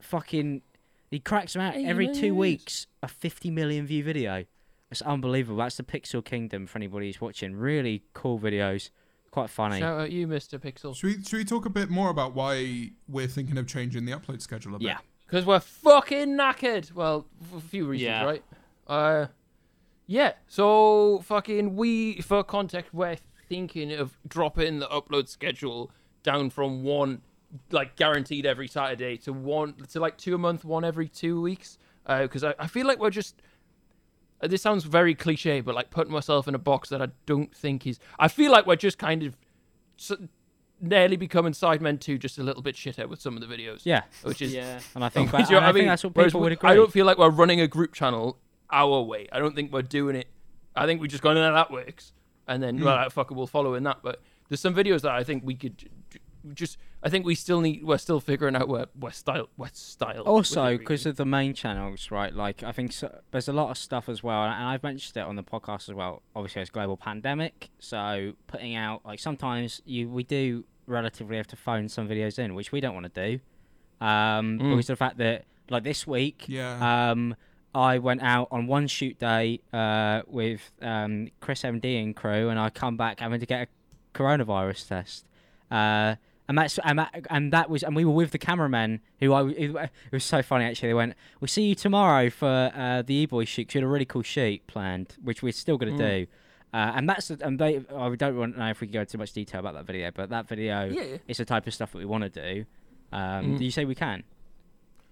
A: Fucking, he cracks them out every two
B: Aliens.
A: weeks. A 50 million view video. It's unbelievable. That's the Pixel Kingdom for anybody who's watching. Really cool videos. Quite funny.
B: Shout out you, Mr. Pixel.
C: Should we, should we talk a bit more about why we're thinking of changing the upload schedule a bit?
A: yeah.
B: Because we're fucking knackered. Well, for a few reasons,
D: Yeah.
B: right? Uh, yeah. So fucking we, for context, we're thinking of dropping the upload schedule down from one, like guaranteed every Saturday, to one to like two a month, one every two weeks. Because I, I feel like we're just uh, this sounds very cliche, but like putting myself in a box that I don't think is. I feel like we're just kind of s nearly becoming Sidemen 2 just a little bit shitter with some of the videos.
A: Yeah.
B: Which is.
D: Yeah.
A: And I think,
B: Which, you know
A: and I
B: what
A: think
B: mean?
A: that's what
B: Whereas
A: people
B: we-
A: would agree.
B: I don't feel like we're running a group channel our way. I don't think we're doing it. I think we're just
A: Mm.
B: going, no, that works. And then, well, fucker will follow in that. But there's some videos that I think we could j- j- just I think we still need we're still figuring out where where style where style.
A: Also, because of the main channels, right? Like, I think so, there's a lot of stuff as well, and I've mentioned it on the podcast as well. Obviously, it's global pandemic, so putting out like sometimes you we do relatively have to phone some videos in, which we don't want to do, um, because of the fact that like this week,
C: Yeah.
A: um, I went out on one shoot day uh, with um, Chris MD and crew, and I come back having to get a coronavirus test. Uh, and that's and that, and that was and we were with the cameramen who I who- it was so funny actually. They went, "We'll see you tomorrow for uh, the E Boy shoot." 'cause we had a really cool shoot planned, which we're still
B: Hmm.
A: going to do. Uh, and that's and they I don't want to know if we can go into much detail about that video, but that video
B: Yeah, yeah.
A: is the type of stuff that we want to do. Um, Do you say we can?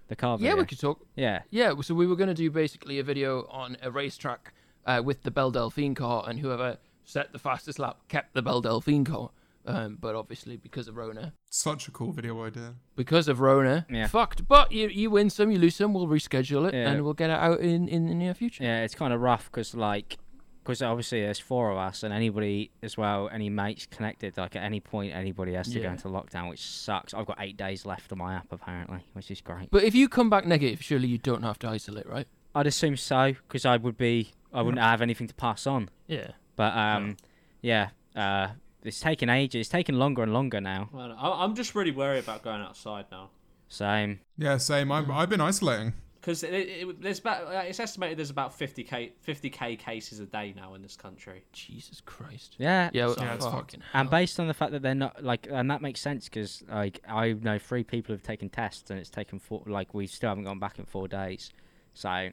A: The car
B: yeah,
A: video.
B: we could talk.
A: Yeah.
B: Yeah, so we were going to do basically a video on a racetrack uh, with the Belle Delphine car, and whoever set the fastest lap kept the Belle Delphine car. Um, but obviously, because of Rona,
C: Such a cool video idea.
B: because of Rona,
A: Yeah.
B: fucked. But you, you win some, you lose some. We'll reschedule it,
A: Yeah.
B: and we'll get it out in, in the near future.
A: Yeah, it's kind of rough because like, because obviously there's four of us, and anybody as well, any mates connected. Like at any point, anybody has to go
B: Yeah.
A: into lockdown, which sucks. I've got eight days left on my app apparently, which is great.
B: But if you come back negative, surely you don't have to isolate, right?
A: I'd assume so because I would be, I wouldn't have anything to pass on.
B: Yeah.
A: But um, yeah, uh, it's taking ages. It's taking longer and longer now.
D: Man, I- I'm just really worried about going outside now.
A: Same.
C: Yeah, same. I've, I've been isolating.
D: Because it, it, there's about, uh, it's estimated there's about 50k 50k cases a day now in this country.
B: Jesus Christ.
A: Yeah.
B: Yeah,
C: Yeah, it's
B: fucking
A: And based on the fact that they're not like, and that makes sense because like I know three people have taken tests and it's taken four. Like we still haven't gone back in four days, so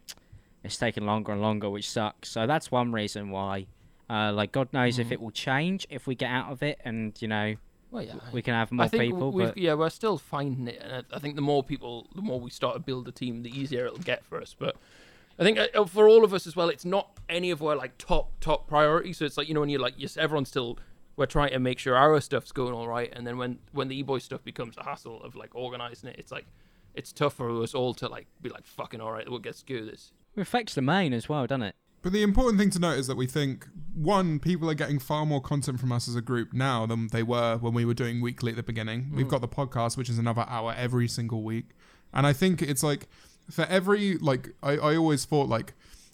A: it's taken longer and longer, which sucks. So that's one reason why. Uh, like God knows
B: Mm.
A: if it will change if we get out of it, and you know
B: Well, yeah.
A: we can have more
B: I think
A: people.
B: we've,
A: But
B: yeah, we're still finding it, and I, I think the more people, the more we start to build a team, the easier it'll get for us. But I think uh, for all of us as well, it's not any of our like top top priority. So it's like you know when you're like yes, everyone's still we're trying to make sure our stuff's going all right, and then when when the e-boy stuff becomes a hassle of like organizing it, it's like it's tough for us all to like be like fucking all right, we'll get through this.
A: it affects the main as well, doesn't it?
C: But the important thing to note is that we think one, people are getting far more content from us as a group now than they were when we were doing weekly at the beginning.
B: Mm.
C: We've got the podcast, which is another hour every single week. And I think it's like for every like I, I always thought like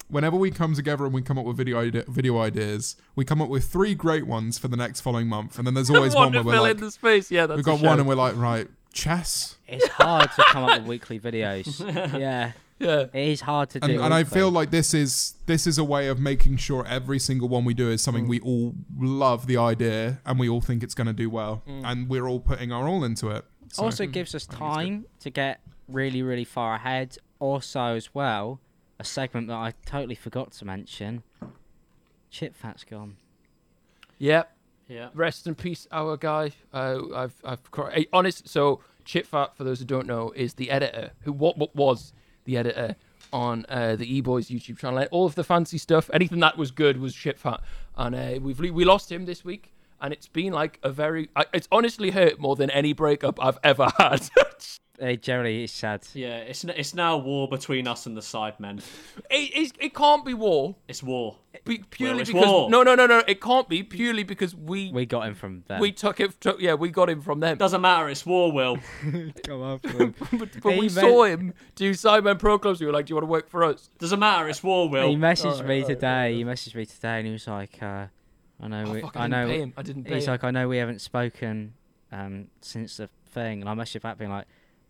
C: whenever we come together and we come up with video ide- video ideas, we come up with three great ones for the next following month, and then there's always
B: One
C: one where
B: to
C: we're
B: fill
C: like
B: in the space, yeah. That's
C: we've
B: a
C: got one
B: shout.
C: and we're like right chess.
A: It's hard to come up with weekly videos. Yeah,
B: yeah.
A: it is hard to do.
C: and, and I
A: weekly.
C: feel like this is this is a way of making sure every single one we do is something we all love the idea and we all think it's going to do well and we're all putting our all into it. So,
A: also gives
B: Mm,
A: us time to get really, really far ahead. Also, as well, a segment that I totally forgot to mention. Chip Fat's gone.
B: Yeah.
D: Yeah.
B: Rest in peace, our guy. Uh, I've, I've, cr- hey, honest. So Chitfat, for those who don't know, is the editor who what, what was the editor on uh, the E Boys YouTube channel. Like, All of the fancy stuff, anything that was good was Chitfat, and uh, we've le- we lost him this week, and it's been like a very. I, it's honestly hurt more than any breakup I've ever had.
A: Hey, generally, it's sad.
D: Yeah, it's n- it's now war between us and the Sidemen.
B: it, it's it can't be war.
D: It's war.
B: Be, purely
D: it's
B: because
D: war.
B: no no no no it can't be purely because we we,
A: We got him from there.
B: took it took, yeah we got him from them
D: Doesn't matter. It's war, Will.
A: go after him.
B: but, but
A: He
B: we
A: meant-
B: saw him do Simon Pro Clubs. We were like, "Do you want to work for us?"
D: Doesn't matter. It's war,
A: He
D: Will.
A: messaged
B: Oh,
A: me today. He messaged me today, and he was like, uh, "I know, we,
B: Oh, fuck, I
A: I
B: didn't
A: know."
B: pay him. I didn't pay
A: he's
B: him.
A: like, "I know we haven't spoken um, since the thing," and I messaged back being like.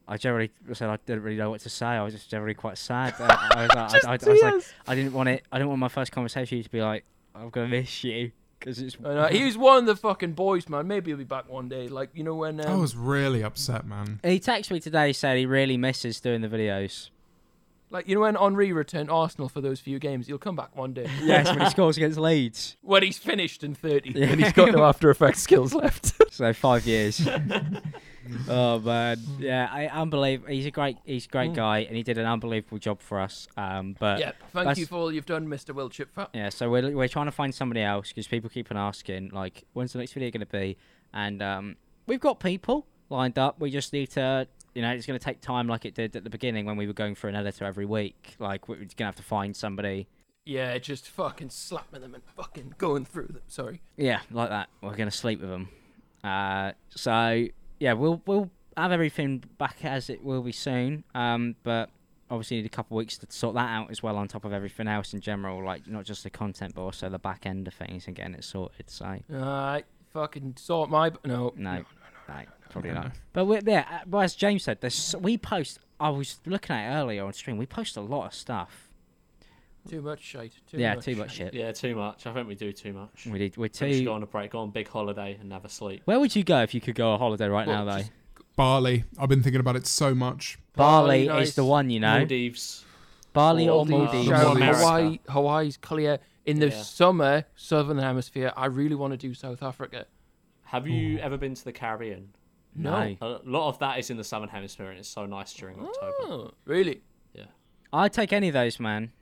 A: I generally said I didn't really know what to say. I was just generally quite sad. I, I was, like, I, I- I was like,
B: tears.
A: I didn't want it. I didn't want my first conversation with you to be like, "I'm gonna miss you," because it's.
B: And, uh, he was one of the fucking boys, man. Maybe he'll be back one day. Like you know when. Um,
C: I was really upset, man.
A: He texted me today, said he really misses doing the videos.
B: Like you know when Henri returned Arsenal for those few games. He'll come back one day
A: Yes, when he scores against Leeds.
B: when he's finished and thirty and he's got no After Effects skills left.
A: So five years. oh man, yeah, I unbelievable. He's a great, he's a great guy, and he did an unbelievable job for us. Um, but
B: yeah, thank
A: that's-
B: you for all you've done, Mister Will Chipfat.
A: yeah. So we're we're trying to find somebody else because people keep on asking like, when's the next video going to be? And um, we've got people lined up. We just need to, you know, it's going to take time, like it did at the beginning when we were going for an editor every week. Like we're going to have to find somebody.
B: Yeah, just fucking slapping them and fucking going through them. Sorry.
A: Yeah, like that. We're gonna sleep with them. Uh, so yeah, we'll we'll have everything back as it will be soon. Um, but obviously need a couple of weeks to sort that out as well, on top of everything else in general, like not just the content but also the back end of things and getting it sorted. So
B: I fucking sort my b- no.
A: no, no, probably not. But we're there. uh, But as James said, there's so- we post. I was looking at it earlier on stream. We post a lot of stuff.
B: Too much shite. Too
A: yeah,
B: much
A: too much shit.
D: Yeah, too much. I think we do too much.
A: We did. We're
D: We should go
A: too.
D: on a break, go on a big holiday, and have a sleep.
A: Where would you go if you could go on holiday right
B: Well,
A: now, though?
B: just
C: Bali. I've been thinking about it so much.
A: Bali
B: Bali,
A: is the
B: nice.
A: one, you know.
D: Maldives.
A: Bali or Maldives.
D: Maldives.
B: Shout out
C: Maldives.
B: Hawaii, Hawaii's clear. In the
D: Yeah.
B: summer, southern hemisphere, I really want to do South Africa.
D: Have you ever been to the Caribbean?
A: No.
D: A lot of that is in the southern hemisphere, and it's so nice during October.
B: Oh, really?
A: I'd take any of those, man.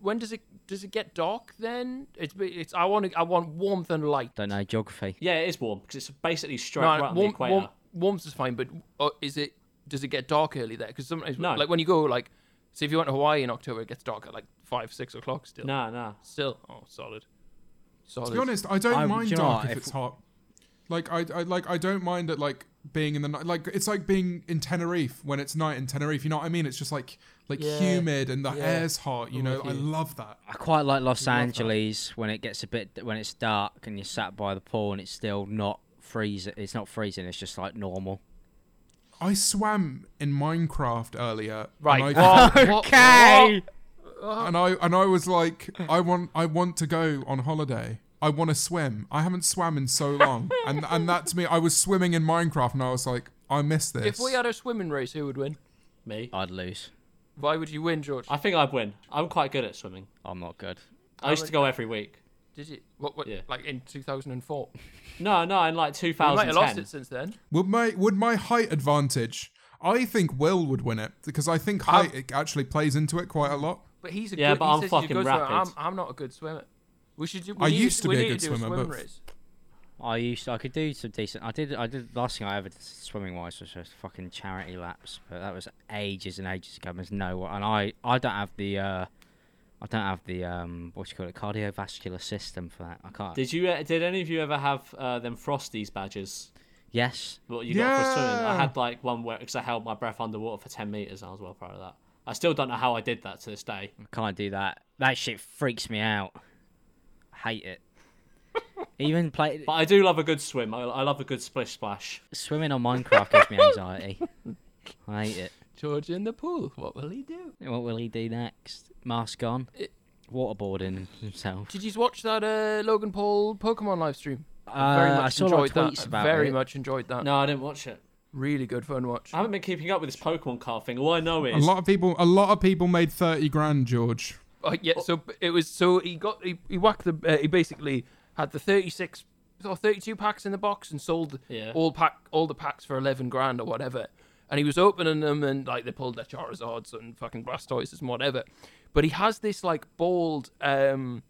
B: When does it does it get dark? Then it's it's I want to, I want warmth and light.
A: Don't know geography.
D: Yeah, it is warm because it's basically straight
B: No,
D: right on the
B: warm,
D: equator.
B: warm, warmth is fine, but uh, is it does it get dark early there? Because sometimes
D: No.
B: like when you go like, say if you went to Hawaii in October, it gets dark at like five six o'clock still.
D: No, no.
B: Still, oh solid, solid.
C: To be honest, I don't
A: I-
C: mind
A: do you know
C: dark
A: what,
C: if,
A: if-
C: it's hot. Like I, I like I don't mind it like being in the night. Like it's like being in Tenerife when it's night in Tenerife. You know what I mean? It's just like like
B: Yeah.
C: humid and the
B: Yeah.
C: air's hot. You
B: I'm
C: know,
B: with
C: I
B: you.
C: love that.
A: I quite like Los Angeles when it gets a bit when it's dark and you're sat by the pool and it's still not freezing. It's not freezing. It's just like normal.
C: I swam in Minecraft earlier.
B: right?
C: And I,
B: what- what-
A: Okay.
C: and I and I was like, I want I want to go on holiday. I want to swim. I haven't swam in so long, and and that to me, I was swimming in Minecraft, and I was like, I miss this.
B: If we had a swimming race, who would win?
D: Me.
A: I'd lose.
B: Why would you win, George?
D: I think I'd win. I'm quite good at swimming.
A: I'm not good.
D: I used to go every week.
B: Did you? What? what
D: Yeah.
B: Like in 2004.
D: No, no, in like
B: I might have lost
D: 2010.
B: it since then.
C: would my would my height advantage? I think Will would win it because I think
B: Um,
C: height it actually plays into it quite a lot.
B: But he's a
D: Yeah,
B: good.
D: but
B: he
D: I'm
B: says he's
D: fucking
B: a good
D: rapid.
B: Swimmer. I'm, I'm not a good swimmer. We should. Do, we
C: I
B: need,
C: used to
B: we
C: be a
B: need
C: good
B: do
C: swimmer,
B: swim
C: but-
B: race.
A: I used I could do some decent. I did I did last thing I ever did swimming wise was just fucking charity laps, but that was ages and ages ago. and There's no and I I don't have the uh I don't have the um what do you call it cardiovascular system for that. I can't.
D: Did you? uh, Did any of you ever have uh, them Frosties badges?
A: yes.
D: What you got for swimming? I
C: Yeah.
D: had like one where because I held my breath underwater for 10 meters. I was well proud of that. I still don't know how I did that to this day.
A: Can't do that. That shit freaks me out. Hate it. Even play
D: But I do love a good swim. I, I love a good splish splash.
A: swimming on Minecraft gives me anxiety. I hate it.
B: George in the pool. What will he do?
A: What will he do next? Mask on,
B: It-
A: waterboarding himself.
B: Did you watch that uh, Logan Paul Pokemon live stream?
A: Uh, I saw a lot of
B: enjoyed
A: tweets
B: that.
A: about
B: Very
A: it.
B: much enjoyed that.
D: No, I didn't watch it.
B: Really good fun watch.
D: I haven't been keeping up with this Pokemon card thing. All I know
C: A
D: is
C: lot of people, a lot of people made thirty grand, George.
B: Oh, yeah, so it was so he got he, he whacked the uh, he basically had the 36 or 32 packs in the box and sold
D: Yeah.
B: all pack all the packs for 11 grand or whatever. And he was opening them and like they pulled their Charizards and fucking Blastoises and whatever. But he has this like bald um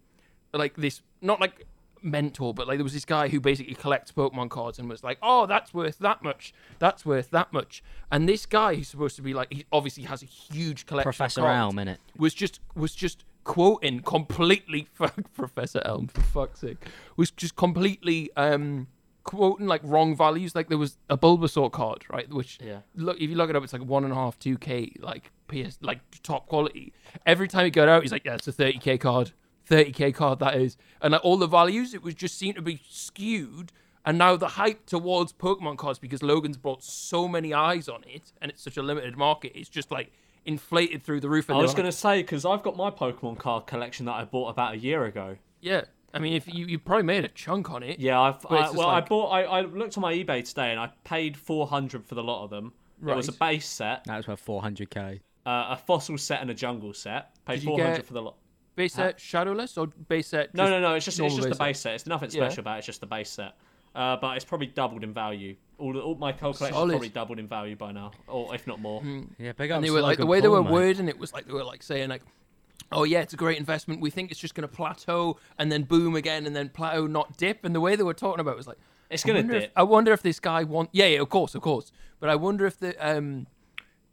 B: like this not like mentor but like there was this guy who basically collects pokemon cards and was like oh that's worth that much that's worth that much and this guy who's supposed to be like he obviously has a huge collection
A: Professor
B: of cards,
A: Elm, innit?
B: was just was just quoting completely fuck Professor Elm for fuck's sake was just completely um quoting like wrong values like there was a Bulbasaur card right which
D: Yeah.
B: look if you look it up it's like one and a half two k like PS like top quality every time he got out he's like yeah it's a thirty k card thirty k card that is and like all the values it was just seemed to be skewed. And now the hype towards Pokemon cards because Logan's brought so many eyes on it, and it's such a limited market. It's just like inflated through the roof. And
D: I
B: they're
D: was
B: like,
D: going to say because I've got my Pokemon card collection that I bought about a year ago.
B: Yeah, I mean, if you you probably made a chunk on it.
D: Yeah, I've,
B: But it's
D: I,
B: just
D: well, I
B: like-
D: bought. I, I looked on my eBay today and I paid four hundred for the lot of them. It was a
B: Right.
D: base set,
A: That was worth 400k.
D: uh, a fossil set, and a jungle set. Paid
B: Did you
D: four hundred
B: get-
D: for the lot.
B: Base set shadowless or base set?
D: No,
B: just
D: no, no. It's just it's
B: normal
D: just the
B: set?
D: base set. It's nothing
B: Yeah.
D: special about. it, It's just the base set. Uh, but it's probably doubled in value. All, all my card collection's
B: Solid. Hmm.
D: probably doubled in value by now, or if not more.
A: Yeah, big up.
B: And they were like the way they were wording it was like they were like saying like, "Oh yeah, it's a great investment. We think it's just going to plateau and then boom again and then plateau, not dip." And the way they were talking about it was like,
D: It's
B: I
D: gonna
B: wonder if-
D: dip.
B: I wonder if this guy want. Yeah, yeah, of course, of course. But I wonder if the um,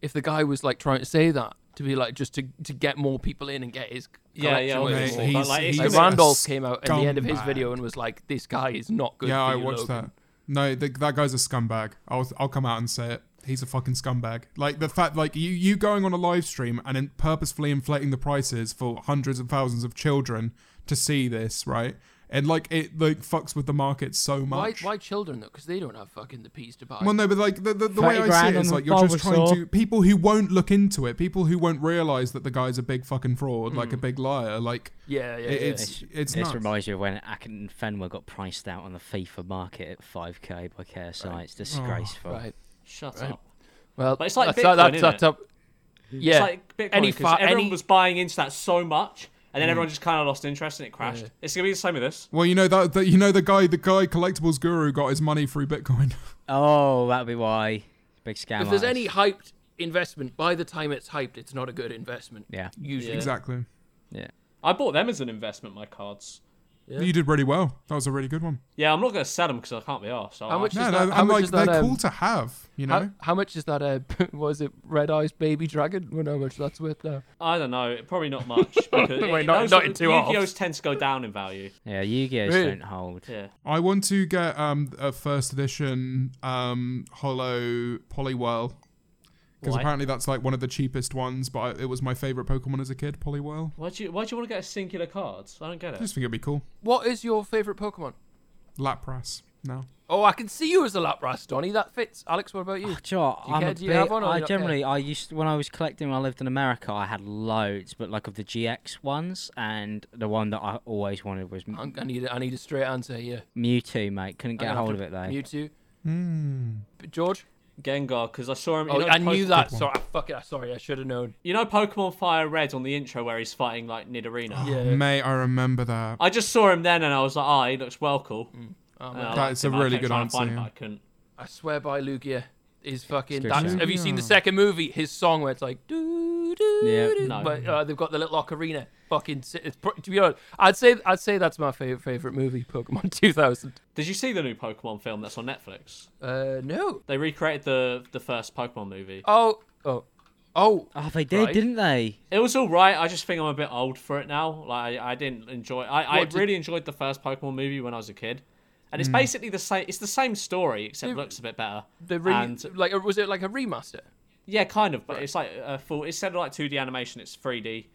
B: if the guy was like trying to say that to be like just to to get more people in and get his
D: Yeah, yeah,
B: collection worth
D: obviously. Mate,
B: more.
D: he's- like, it's
B: Like
D: he's
B: Randolph came out at the end of his
C: scumbag.
B: video and was like, "This guy is not good."
C: Yeah,
B: for
C: I
B: you,
C: watched
B: Logan."
C: that. No, th that guy's a scumbag. I'll I'll come out and say it. He's a fucking scumbag. Like the fact, like you you going on a live stream and in purposefully inflating the prices for hundreds and thousands of children to see this, right? And like it like fucks with the market so
B: Why,
C: much.
B: why children though? Because they don't have fucking the peas to buy.
C: Well, no, but like the, the, the way
A: 30
C: I
A: grand
C: see it is
A: on
C: like you're just trying
A: Bulbasaur.
C: to people who won't look into it, people who won't realize that the guy's a big fucking fraud, like
B: Hmm.
C: a big liar, like
B: yeah, yeah,
C: it-
B: yeah.
C: it's it's
A: this
C: nuts.
A: reminds you of when Akin and Fenway got priced out on the FIFA market at 5k by KSI. It's disgraceful.
B: Oh, right.
D: Shut up.
B: Well,
D: But it's like
B: that's, that-
D: Bitcoin,
B: that's, that's
D: innit?
B: up. Yeah,
D: It's like Bitcoin.
B: any
D: Any
B: fa-
D: everyone
B: any- Hmm.
D: was buying into that so much, and then everyone just kind of lost interest and it crashed. It's gonna be the same with this.
C: Well, you know that, that you know the guy the guy collectibles guru got his money through Bitcoin.
A: Oh, that'd be why. Big scam.
B: if
A: artist.
B: there's any hyped investment, by the time it's hyped, it's not a good investment.
A: Yeah.
B: usually.
C: exactly.
A: Yeah.
D: I bought them as an investment. My cards.
B: Yeah.
C: You did really well. That was a really good one.
D: Yeah, I'm not gonna sell them because I can't be asked.
B: How much- Is
C: No,
B: that-
C: no,
B: how
C: I'm
B: much
C: like
B: is that,
C: they're
B: um,
C: cool to have. You know,
B: How, how much is that? Uh, was it Red Eyes Baby Dragon? We know how much that's worth now.
D: I don't know. Probably not much. Because
B: Wait,
D: it-
B: not-
D: those,
B: not in two halves.
D: Yu-Gi-Ohs tends to go down in value.
A: Yeah, Yu-Gi-Oh's
B: Really?
A: don't hold.
D: Yeah.
C: I want to get um a first edition um Hollow Poliwhirl because
D: Why?
C: apparently that's like one of the cheapest ones. But I, it was my favorite Pokemon as a kid, Poliwhirl.
D: Why do you Why do you want to get a singular cards? I don't get
C: I
D: it.
C: just think it'd be cool.
B: What is your favorite Pokemon?
C: Lapras. No.
B: Oh, I can see you as a Lapras, Donny. That fits. Alex, what about you?
A: Do you know what?
B: Do you
A: I'm
B: care?
A: a
B: Do you have
A: bit-
B: one or
A: I
B: you don't care?
A: generally, I used when I was collecting. When I lived in America, I had loads, but like of the GX ones, and the one that I always wanted was M-
B: I'm- I need, a, I need a straight answer here.
A: Mewtwo, mate. Couldn't get
B: I'm
A: a
B: gonna
A: hold of
B: have
A: it
B: to-
A: though.
B: Mewtwo. But George.
D: Gengar, because I saw him. You
B: Oh,
D: know,
B: I knew
D: Poke-
B: that. Sorry, fuck it. I- Sorry, I should have known.
D: You know Pokemon Fire Red on the intro where he's fighting like Nidorino.
B: Yeah.
C: May I remember that?
D: I just saw him then and I was like, ah, he looks well cool.
B: Oh,
D: And
B: man.
D: I
C: That
D: liked
C: is a
D: him. I
C: really
D: kept
C: good
D: trying to
C: answer,
D: find him,
C: yeah.
D: but I couldn't.
B: I swear by Lugia is fucking.
A: Good
B: That's,
A: shout.
B: have you seen the
C: Lugia.
B: second movie? His song where it's like doo doo.
A: Yeah.
B: doo,
D: No.
B: But uh, they've got the little ocarina. Fucking. si- It's, pr- to be honest, I'd say I'd say that's my favorite favorite movie, Pokemon 2000.
D: Did you see the new Pokemon film that's on Netflix?
B: Uh, no.
D: They recreated the the first Pokemon movie.
B: Oh, oh, oh.
A: Oh, they did,
B: Right.
A: didn't they?
D: It was all right. I just think I'm a bit old for it now. Like I, I didn't enjoy. I, I
B: What did-
D: really enjoyed the first Pokemon movie when I was a kid, and it's basically the same. It's the same story except
B: Dude,
D: looks a bit better.
B: The re-
D: and
B: like uh, was it like a remaster?
D: yeah, kind of. But it's like uh, full. Instead of like 2D animation, it's 3D.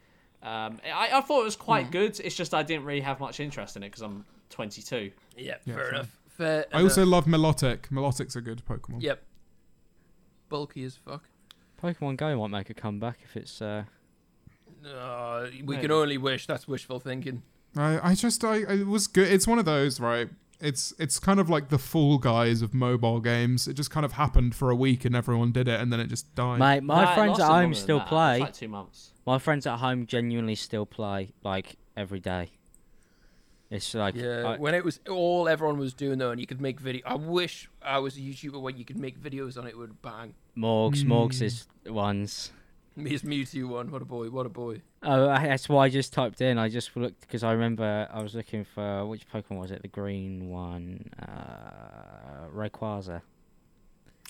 D: Um, I, I thought it was quite
A: Hmm.
D: good. It's just I didn't really have much interest in it because I'm 22.
B: Yeah,
C: fair.
B: fair enough. Fair.
C: I also love Melodic. Melodic's a good Pokemon.
B: Yep. Bulky as fuck.
A: Pokemon Go might make a comeback if it's. Uh...
B: Uh, we
D: Maybe.
B: can only wish. That's wishful thinking.
C: I, I just I it was good. It's one of those right. It's it's kind of like the Fall Guys of mobile games. It just kind of happened for a week and everyone did it, and then it just died.
A: Mate, my
D: No, it
A: friends at
D: lasted longer
A: home
D: than
A: still
D: that. It was
A: play.
D: like two months.
A: My friends at home genuinely still play like every day. It's like
B: Yeah,
A: I-
B: when it was all everyone was doing though, and you could make video. I wish I was a YouTuber where you could make videos on it. it Would bang.
A: Morgs, Morgs is
B: hmm.
A: ones.
B: His Mewtwo one. What a boy. What a boy.
A: Oh, I- that's why I just typed in. I just looked because I remember I was looking for which Pokemon was it? The green one, uh, Rayquaza.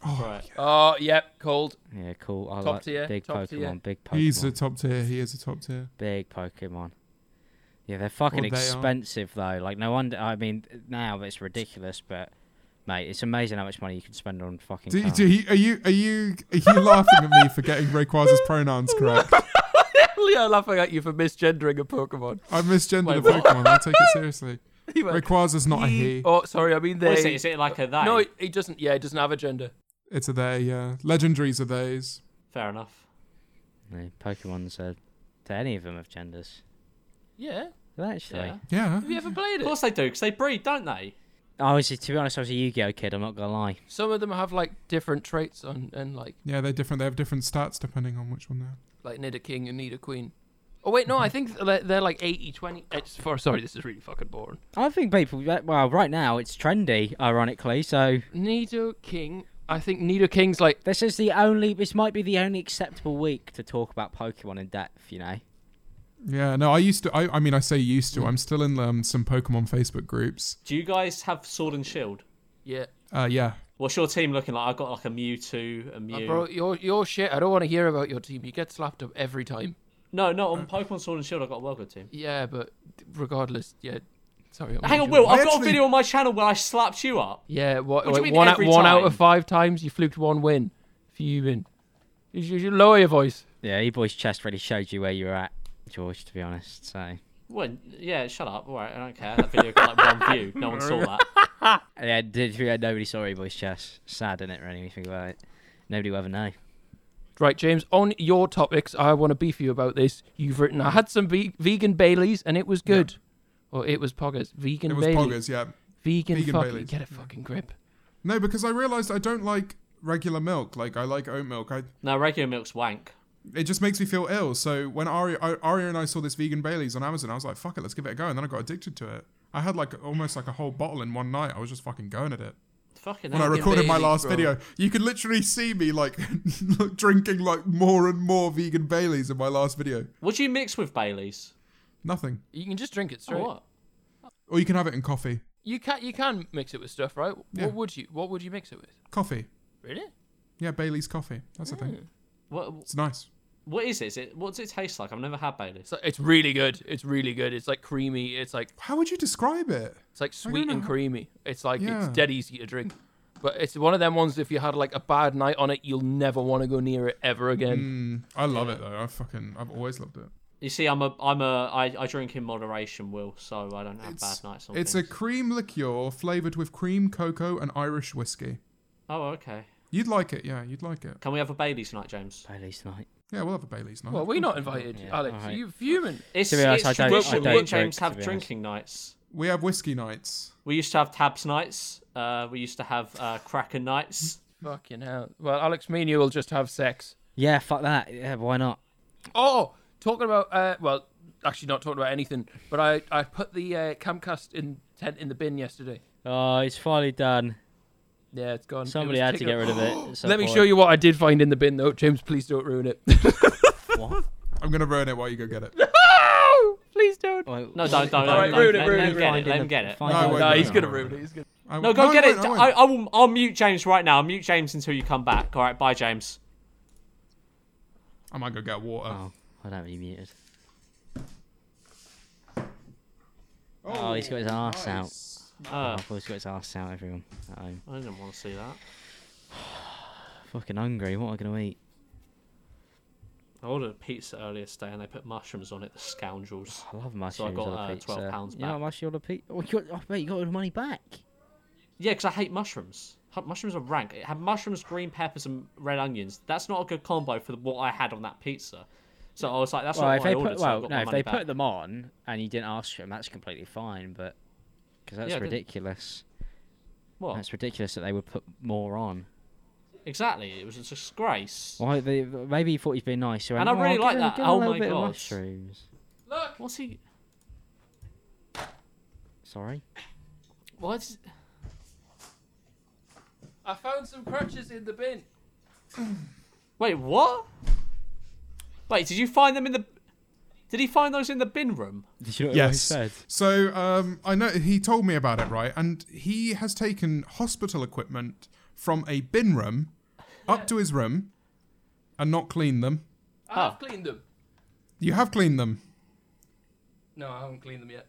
D: Right.
B: Oh, yep. Cold.
A: Yeah, cool. I
B: Top
A: like
B: tier,
A: big
B: top
A: Pokemon,
B: tier.
A: big Pokemon,
C: He's a top tier. He is a top tier.
A: big Pokemon. Yeah, they're fucking
C: Well, they are.
A: expensive though. Like no wonder. I mean, now it's ridiculous, but mate, it's amazing how much money you can spend on fucking.
C: Do,
A: cars.
C: do he, are you are you are you laughing at me for getting Rayquaza's pronouns correct?
B: Leo laughing at you for misgendering a Pokemon.
C: I misgendered a
B: Wait, what?
C: Pokemon. I take it seriously.
B: He went,
C: Rayquaza's not a
B: "He-"
C: he.
B: Oh, sorry. I mean they.
D: What is it? Is it like a that?
B: no, he- he doesn't. Yeah, he doesn't have a gender.
C: It's a they. Yeah, legendaries are theys.
D: Fair enough.
A: No, Pokemon's are. Do any of them have genders?
B: Yeah.
A: Do they Actually,
D: Yeah.
C: Yeah.
B: Have you ever played
D: Of
B: it?
D: course they do, because they breed, don't they?
A: I was to be honest, I was a Yu-Gi-Oh kid. I'm not gonna lie.
B: Some of them have like different traits on and like
C: Yeah, they're different. They have different stats depending on which one they're.
B: like need a king and need a queen. Oh wait, no, I think they're, they're like 80 20. It's for, sorry, this is really fucking boring.
A: I think people. Well, right now it's trendy, ironically. So
B: Nido King. I think Nido King's like
A: this is the only. This might be the only acceptable week to talk about Pokemon in depth. You know.
C: Yeah. No, I used to. I, I mean, I say used to. I'm still in um, some Pokemon Facebook groups.
D: Do you guys have Sword and Shield?
B: yeah.
C: Uh, yeah.
D: What's your team looking like? I've got like a Mewtwo, a
B: Uh,
D: Mew.
B: bro, your your shit. I don't want to hear about your team. You get slapped up every time. Uh.
D: No, no, on Pokemon Sword and Shield, I've got a well good team.
B: Yeah, but regardless, yeah. Sorry. I
D: Hang on,
B: mean,
D: Will.
C: I
D: I've got a
C: actually-
D: video on my channel where I slapped you up.
B: Yeah, what,
D: What do you mean
B: one, out,
D: every
B: one out of
D: time?
B: five times you fluked one win. Fuming. You should, you should lower your voice.
A: Yeah, your boy's chest really showed you where you were at, George. To be honest, so
D: Well, yeah, shut up. All right, I don't care. That video got like one view. No one saw that.
A: yeah, did yeah, nobody saw your boy's chest. Sad, isn't it? Really, when you think about it. Nobody will ever know.
B: Right, James, on your topics, I want to beef you about this. You've written, I had some ve- vegan Baileys and it was good. Or it was poggers. Vegan
C: It was
B: Baileys.
C: poggers, yeah.
B: Vegan,
C: Vegan
B: fucking,
C: Baileys.
B: get a fucking grip.
C: No, because I realized I don't like regular milk. Like I like oat milk. I
D: No, regular milk's wank.
C: it just makes me feel ill. So when Ari, Ari Aria and I saw this vegan Bailey's on Amazon, I was like, fuck it, let's give it a go. And then I got addicted to it. I had like almost like a whole bottle in one night. I was just fucking going at it.
D: Fucking.
C: When I
D: hell.
C: recorded my
B: Baileys,
C: last
B: bro.
C: video, you could literally see me like drinking like more and more vegan Bailey's in my last video.
D: What do you mix with Bailey's?
C: Nothing.
B: You can just drink it
D: Or
B: straight.
D: what?
C: Or you can have it in coffee.
B: You can you can mix it with stuff, right?
C: Yeah.
B: What would you What would you mix it with?
C: Coffee.
B: Really?
C: Yeah, Bailey's coffee. That's the
B: Mm.
C: thing.
D: What?
C: It's nice.
D: What is it? Is it? What does it taste like? I've never had Bailey's.
B: It's like, it's really good. It's really good. It's like creamy. It's like
C: How would you describe it?
B: It's like sweet and creamy. It's like
C: Yeah.
B: it's dead easy to drink. But it's one of them ones if you had like a bad night on it, you'll never want to go near it ever again.
C: Mm, I love it though. I fucking I've always loved it.
D: You see, I'm a, I'm a, I, I drink in moderation, Will, so I don't have bad nights. On
C: it's a
D: things.
C: cream liqueur flavored with cream, cocoa, and Irish whiskey.
D: Oh, okay.
C: You'd like it, yeah. You'd like it.
D: Can we have a Bailey's tonight, James?
A: Bailey's tonight.
C: Yeah, we'll have a Bailey's night.
B: Well, we're not invited,
A: Yeah,
B: Alex.
A: alright.
B: Are you fuming?
D: It's,
A: To be honest,
D: it's
A: I don't- I
D: tradition.
A: don't
D: Me and James
A: drink, to
D: have
A: be honest.
D: drinking nights.
C: we have whiskey nights.
D: We used to have tabs nights. Uh, we used to have uh, cracker nights.
B: Fucking hell. Well, Alex, me and you will just have sex.
A: Yeah, fuck that. Yeah, why not?
B: Oh, talking about uh, well, actually not talking about anything. But I I put the uh, camcast in tent in the bin yesterday.
A: Oh, it's finally done.
B: Yeah, it's gone. It
A: Somebody
B: was
A: had to
B: taken
A: get
B: up-
A: rid of it. at some
B: Let me
A: point.
B: show you what I did find in the bin, though. James, please don't ruin it.
A: What?
C: I'm gonna ruin it while you go get it.
B: no, Oh, please don't.
A: Wait,
D: No, don't, don't,
B: All right,
D: don't.
B: ruin it,
D: Let
B: ruin
D: him
B: it,
D: get
B: ruin
D: it. Let him get it.
A: Find
C: No,
A: out.
C: wait,
B: Nah,
C: no,
B: he's
C: no,
B: gonna
C: no,
B: ruin
C: no.
B: it. He's gonna.
C: I-
D: No, go get
C: wait,
D: it.
C: no, wait.
D: I, I will. I'll mute James right now. I'll mute James until you come back. All right, bye, James.
C: I might go get water.
A: Oh, I don't have you muted. Oh, he's got his arse
D: Uh,
A: out. Oh, he's got his arse out, everyone. At home.
D: I didn't want to see that.
A: Fucking hungry. What am I going to eat?
D: I ordered a pizza earlier today, and they put mushrooms on it. The scoundrels.
A: I love mushrooms
D: got,
A: on
D: uh,
A: a
D: 12
A: pizza.
D: pounds
A: you know how
D: back.
A: much you on a pizza? Oh, you got, oh, mate, you got all the money back.
D: Yeah, because I hate mushrooms. Hu- Mushrooms are rank. It had mushrooms, green peppers, and red onions. That's not a good combo for the, what I had on that pizza. So I was like, that's
A: well,
D: not
A: if
D: what I
A: they
D: ordered.
A: put
D: so I
A: well,
D: got
A: no,
D: my
A: if
D: money
A: they
D: back.
A: put them on and you didn't ask for them, that's completely fine. But because that's
D: Yeah, I didn't.
A: ridiculous.
D: what?
A: That's ridiculous that they would put more on.
D: Exactly. It was a disgrace.
A: Why? They, maybe he thought he's being nice. he went,
D: And I
A: "Oh,
D: really
A: give
D: like
A: her-
D: that.
A: give her a
D: Oh
A: little
D: my
A: bit of
D: gosh.
A: mushrooms.
B: Look.
D: What's he?
A: Sorry.
D: What's?
B: I found some crutches in the bin.
D: Wait, what? Wait, did you find them in the? Did he find those in the bin room?
A: Did you know what
C: Yes. So um, I know he told me about it, right? And he has taken hospital equipment from a bin room up to his room and not cleaned them.
B: I have
D: Oh.
B: cleaned them.
C: You have cleaned them.
B: No, I haven't cleaned them yet.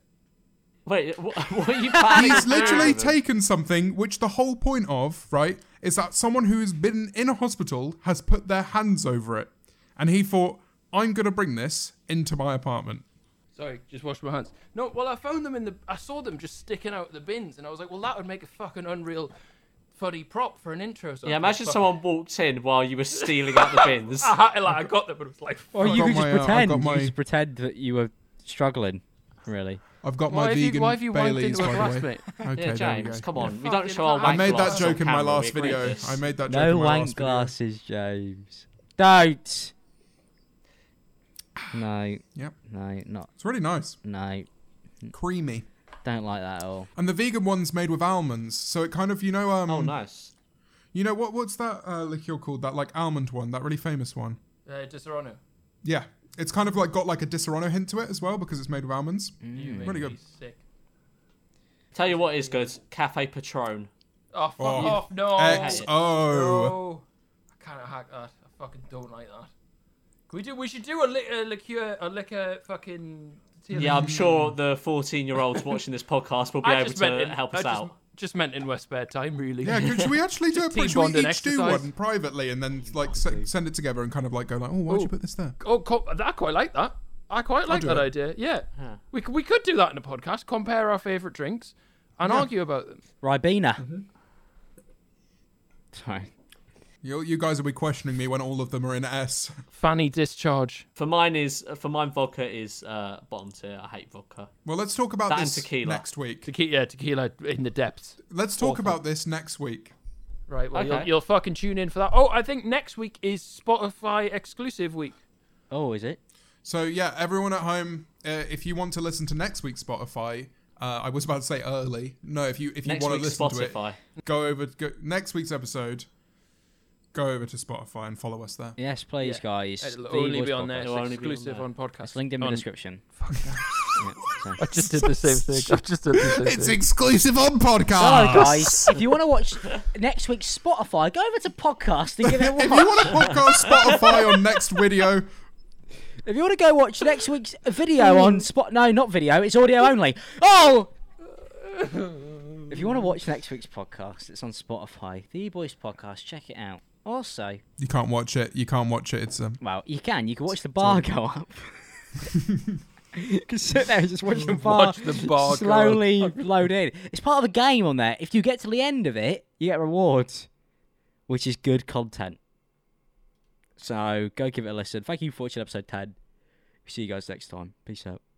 D: Wait, what, what are you? planning
C: He's
D: on
C: literally
D: doing?
C: taken something which the whole point of, right, is that someone who's been in a hospital has put their hands over it. And he thought, I'm going to bring this into my apartment.
B: Sorry, just washed my hands. No, well, I found them in the. I saw them just sticking out the bins, and I was like, well, that would make a fucking unreal funny prop for an intro. So I
D: Yeah,
B: thought,
D: imagine
B: fuck
D: someone walked in while you were stealing out the bins.
B: it. I, like, I got them, but it was like,
A: Or
C: I've
A: you
C: got
A: could just
C: my, uh, I've
A: pretend.
C: got
A: You
C: my-
A: could just pretend that you were struggling. Really.
C: I've got
B: why
C: my
B: have
C: vegan
B: you, why have you wiped
C: Baileys,
B: into a
C: by
B: glass,
C: the way.
B: mate?
C: Okay,
D: yeah,
C: there we
D: James,
C: go.
D: come on.
B: Yeah,
D: We don't
B: fucking
D: show our
B: fuck.
C: I
D: wank
C: made that
D: glasses on
C: joke in my
D: camera, we
C: last
D: agree
C: video.
D: with
C: I
D: this.
C: made that joke
A: No
C: in my
A: wank
C: last
A: glasses, James. Don't. No,
C: video. Yep.
A: no, not
C: It's really nice.
A: no. Mm.
C: Creamy.
A: Don't like that at all.
C: And the vegan one's made with almonds, so it kind of you know um
D: Oh, nice.
C: you know what what's that uh, liqueur called? That like almond one, that really famous one.
B: uh, Dishonor.
C: Yeah. It's kind of like got like a Disaronno hint to it as well because it's made with almonds.
B: You
D: Mm.
B: make
C: Really
B: me
C: good.
B: Sick.
D: Tell you what is good, Cafe Patron.
B: Oh, fuck
C: Oh.
B: off. No.
D: Oh.
C: XO.
B: No. I can't hack that. I fucking don't like that. Can we do? We should do a, li- a liqueur, a liquor fucking See you
D: Yeah,
B: later.
D: I'm sure the 14 year olds watching this podcast will be
B: I
D: able
B: just meant
D: to
B: in,
D: help
B: I
D: us
B: just,
D: out.
B: Just meant in West spare time, really.
C: Yeah, could, should we actually do
B: team
C: it? Should we
B: bond and
C: each do
B: exercise.
C: one privately and then like s- send it together and kind of like go like, oh, why'd
B: Ooh.
C: you put this there?
B: Oh, co- I quite like that. I quite like
C: do
B: that
C: it.
B: idea. Yeah, we c- we could do that in a podcast. Compare our favorite drinks and argue about them.
A: Ribena. Sorry.
C: You, you guys will be questioning me when all of them are in S.
B: Fanny discharge.
D: For mine is for mine vodka is uh, bottom tier. I hate vodka.
C: Well, let's talk about
D: That and
C: this
D: tequila.
C: next week.
B: Tequila, yeah, tequila in the depths.
C: Let's talk about this next week.
B: Right. Well, you'll,
D: Okay.
B: you'll fucking tune in for that. Oh, I think next week is Spotify exclusive week.
A: Oh, is it?
C: So yeah, everyone at home, uh, if you want to listen to next week's Spotify, uh, I was about to say early. No, if you if you
D: Next
C: want to
D: week's
C: listen to
D: Spotify.
C: it, go over go, next week's episode. Go over to Spotify and follow us there.
A: Yes, please, guys.
B: It'll
A: The
B: only
A: Voice
B: be on there.
A: Podcast.
B: It's
D: It'll only be on
B: exclusive
D: there.
B: on, podcast. Oh,
A: It's linked in the
B: On-
A: description. Yeah,
B: I
A: so-
B: just did the same thing. I just did the same
C: It's
B: thing.
C: exclusive on
A: Oh,
C: podcast.
A: guys, if you want to watch next week's Spotify, go over to podcast and give it a
C: if you
A: watch.
C: want to podcast Spotify on next video,
A: If you want to go watch next week's video on spot, no, not video, it's audio only. Oh, if you want to watch next week's podcast, it's on Spotify, The E Boys Podcast. Check it out. Also,
C: you can't watch it. You can't watch it. It's um,
A: well, you can. You can watch the bar go up. you can sit there and just watch the bar,
B: Watch the bar go
A: slowly load in. It's part of a game on there. If you get to the end of it, you get rewards, which is good content. So go give it a listen. Thank you for watching episode 10. See you guys next time. Peace out.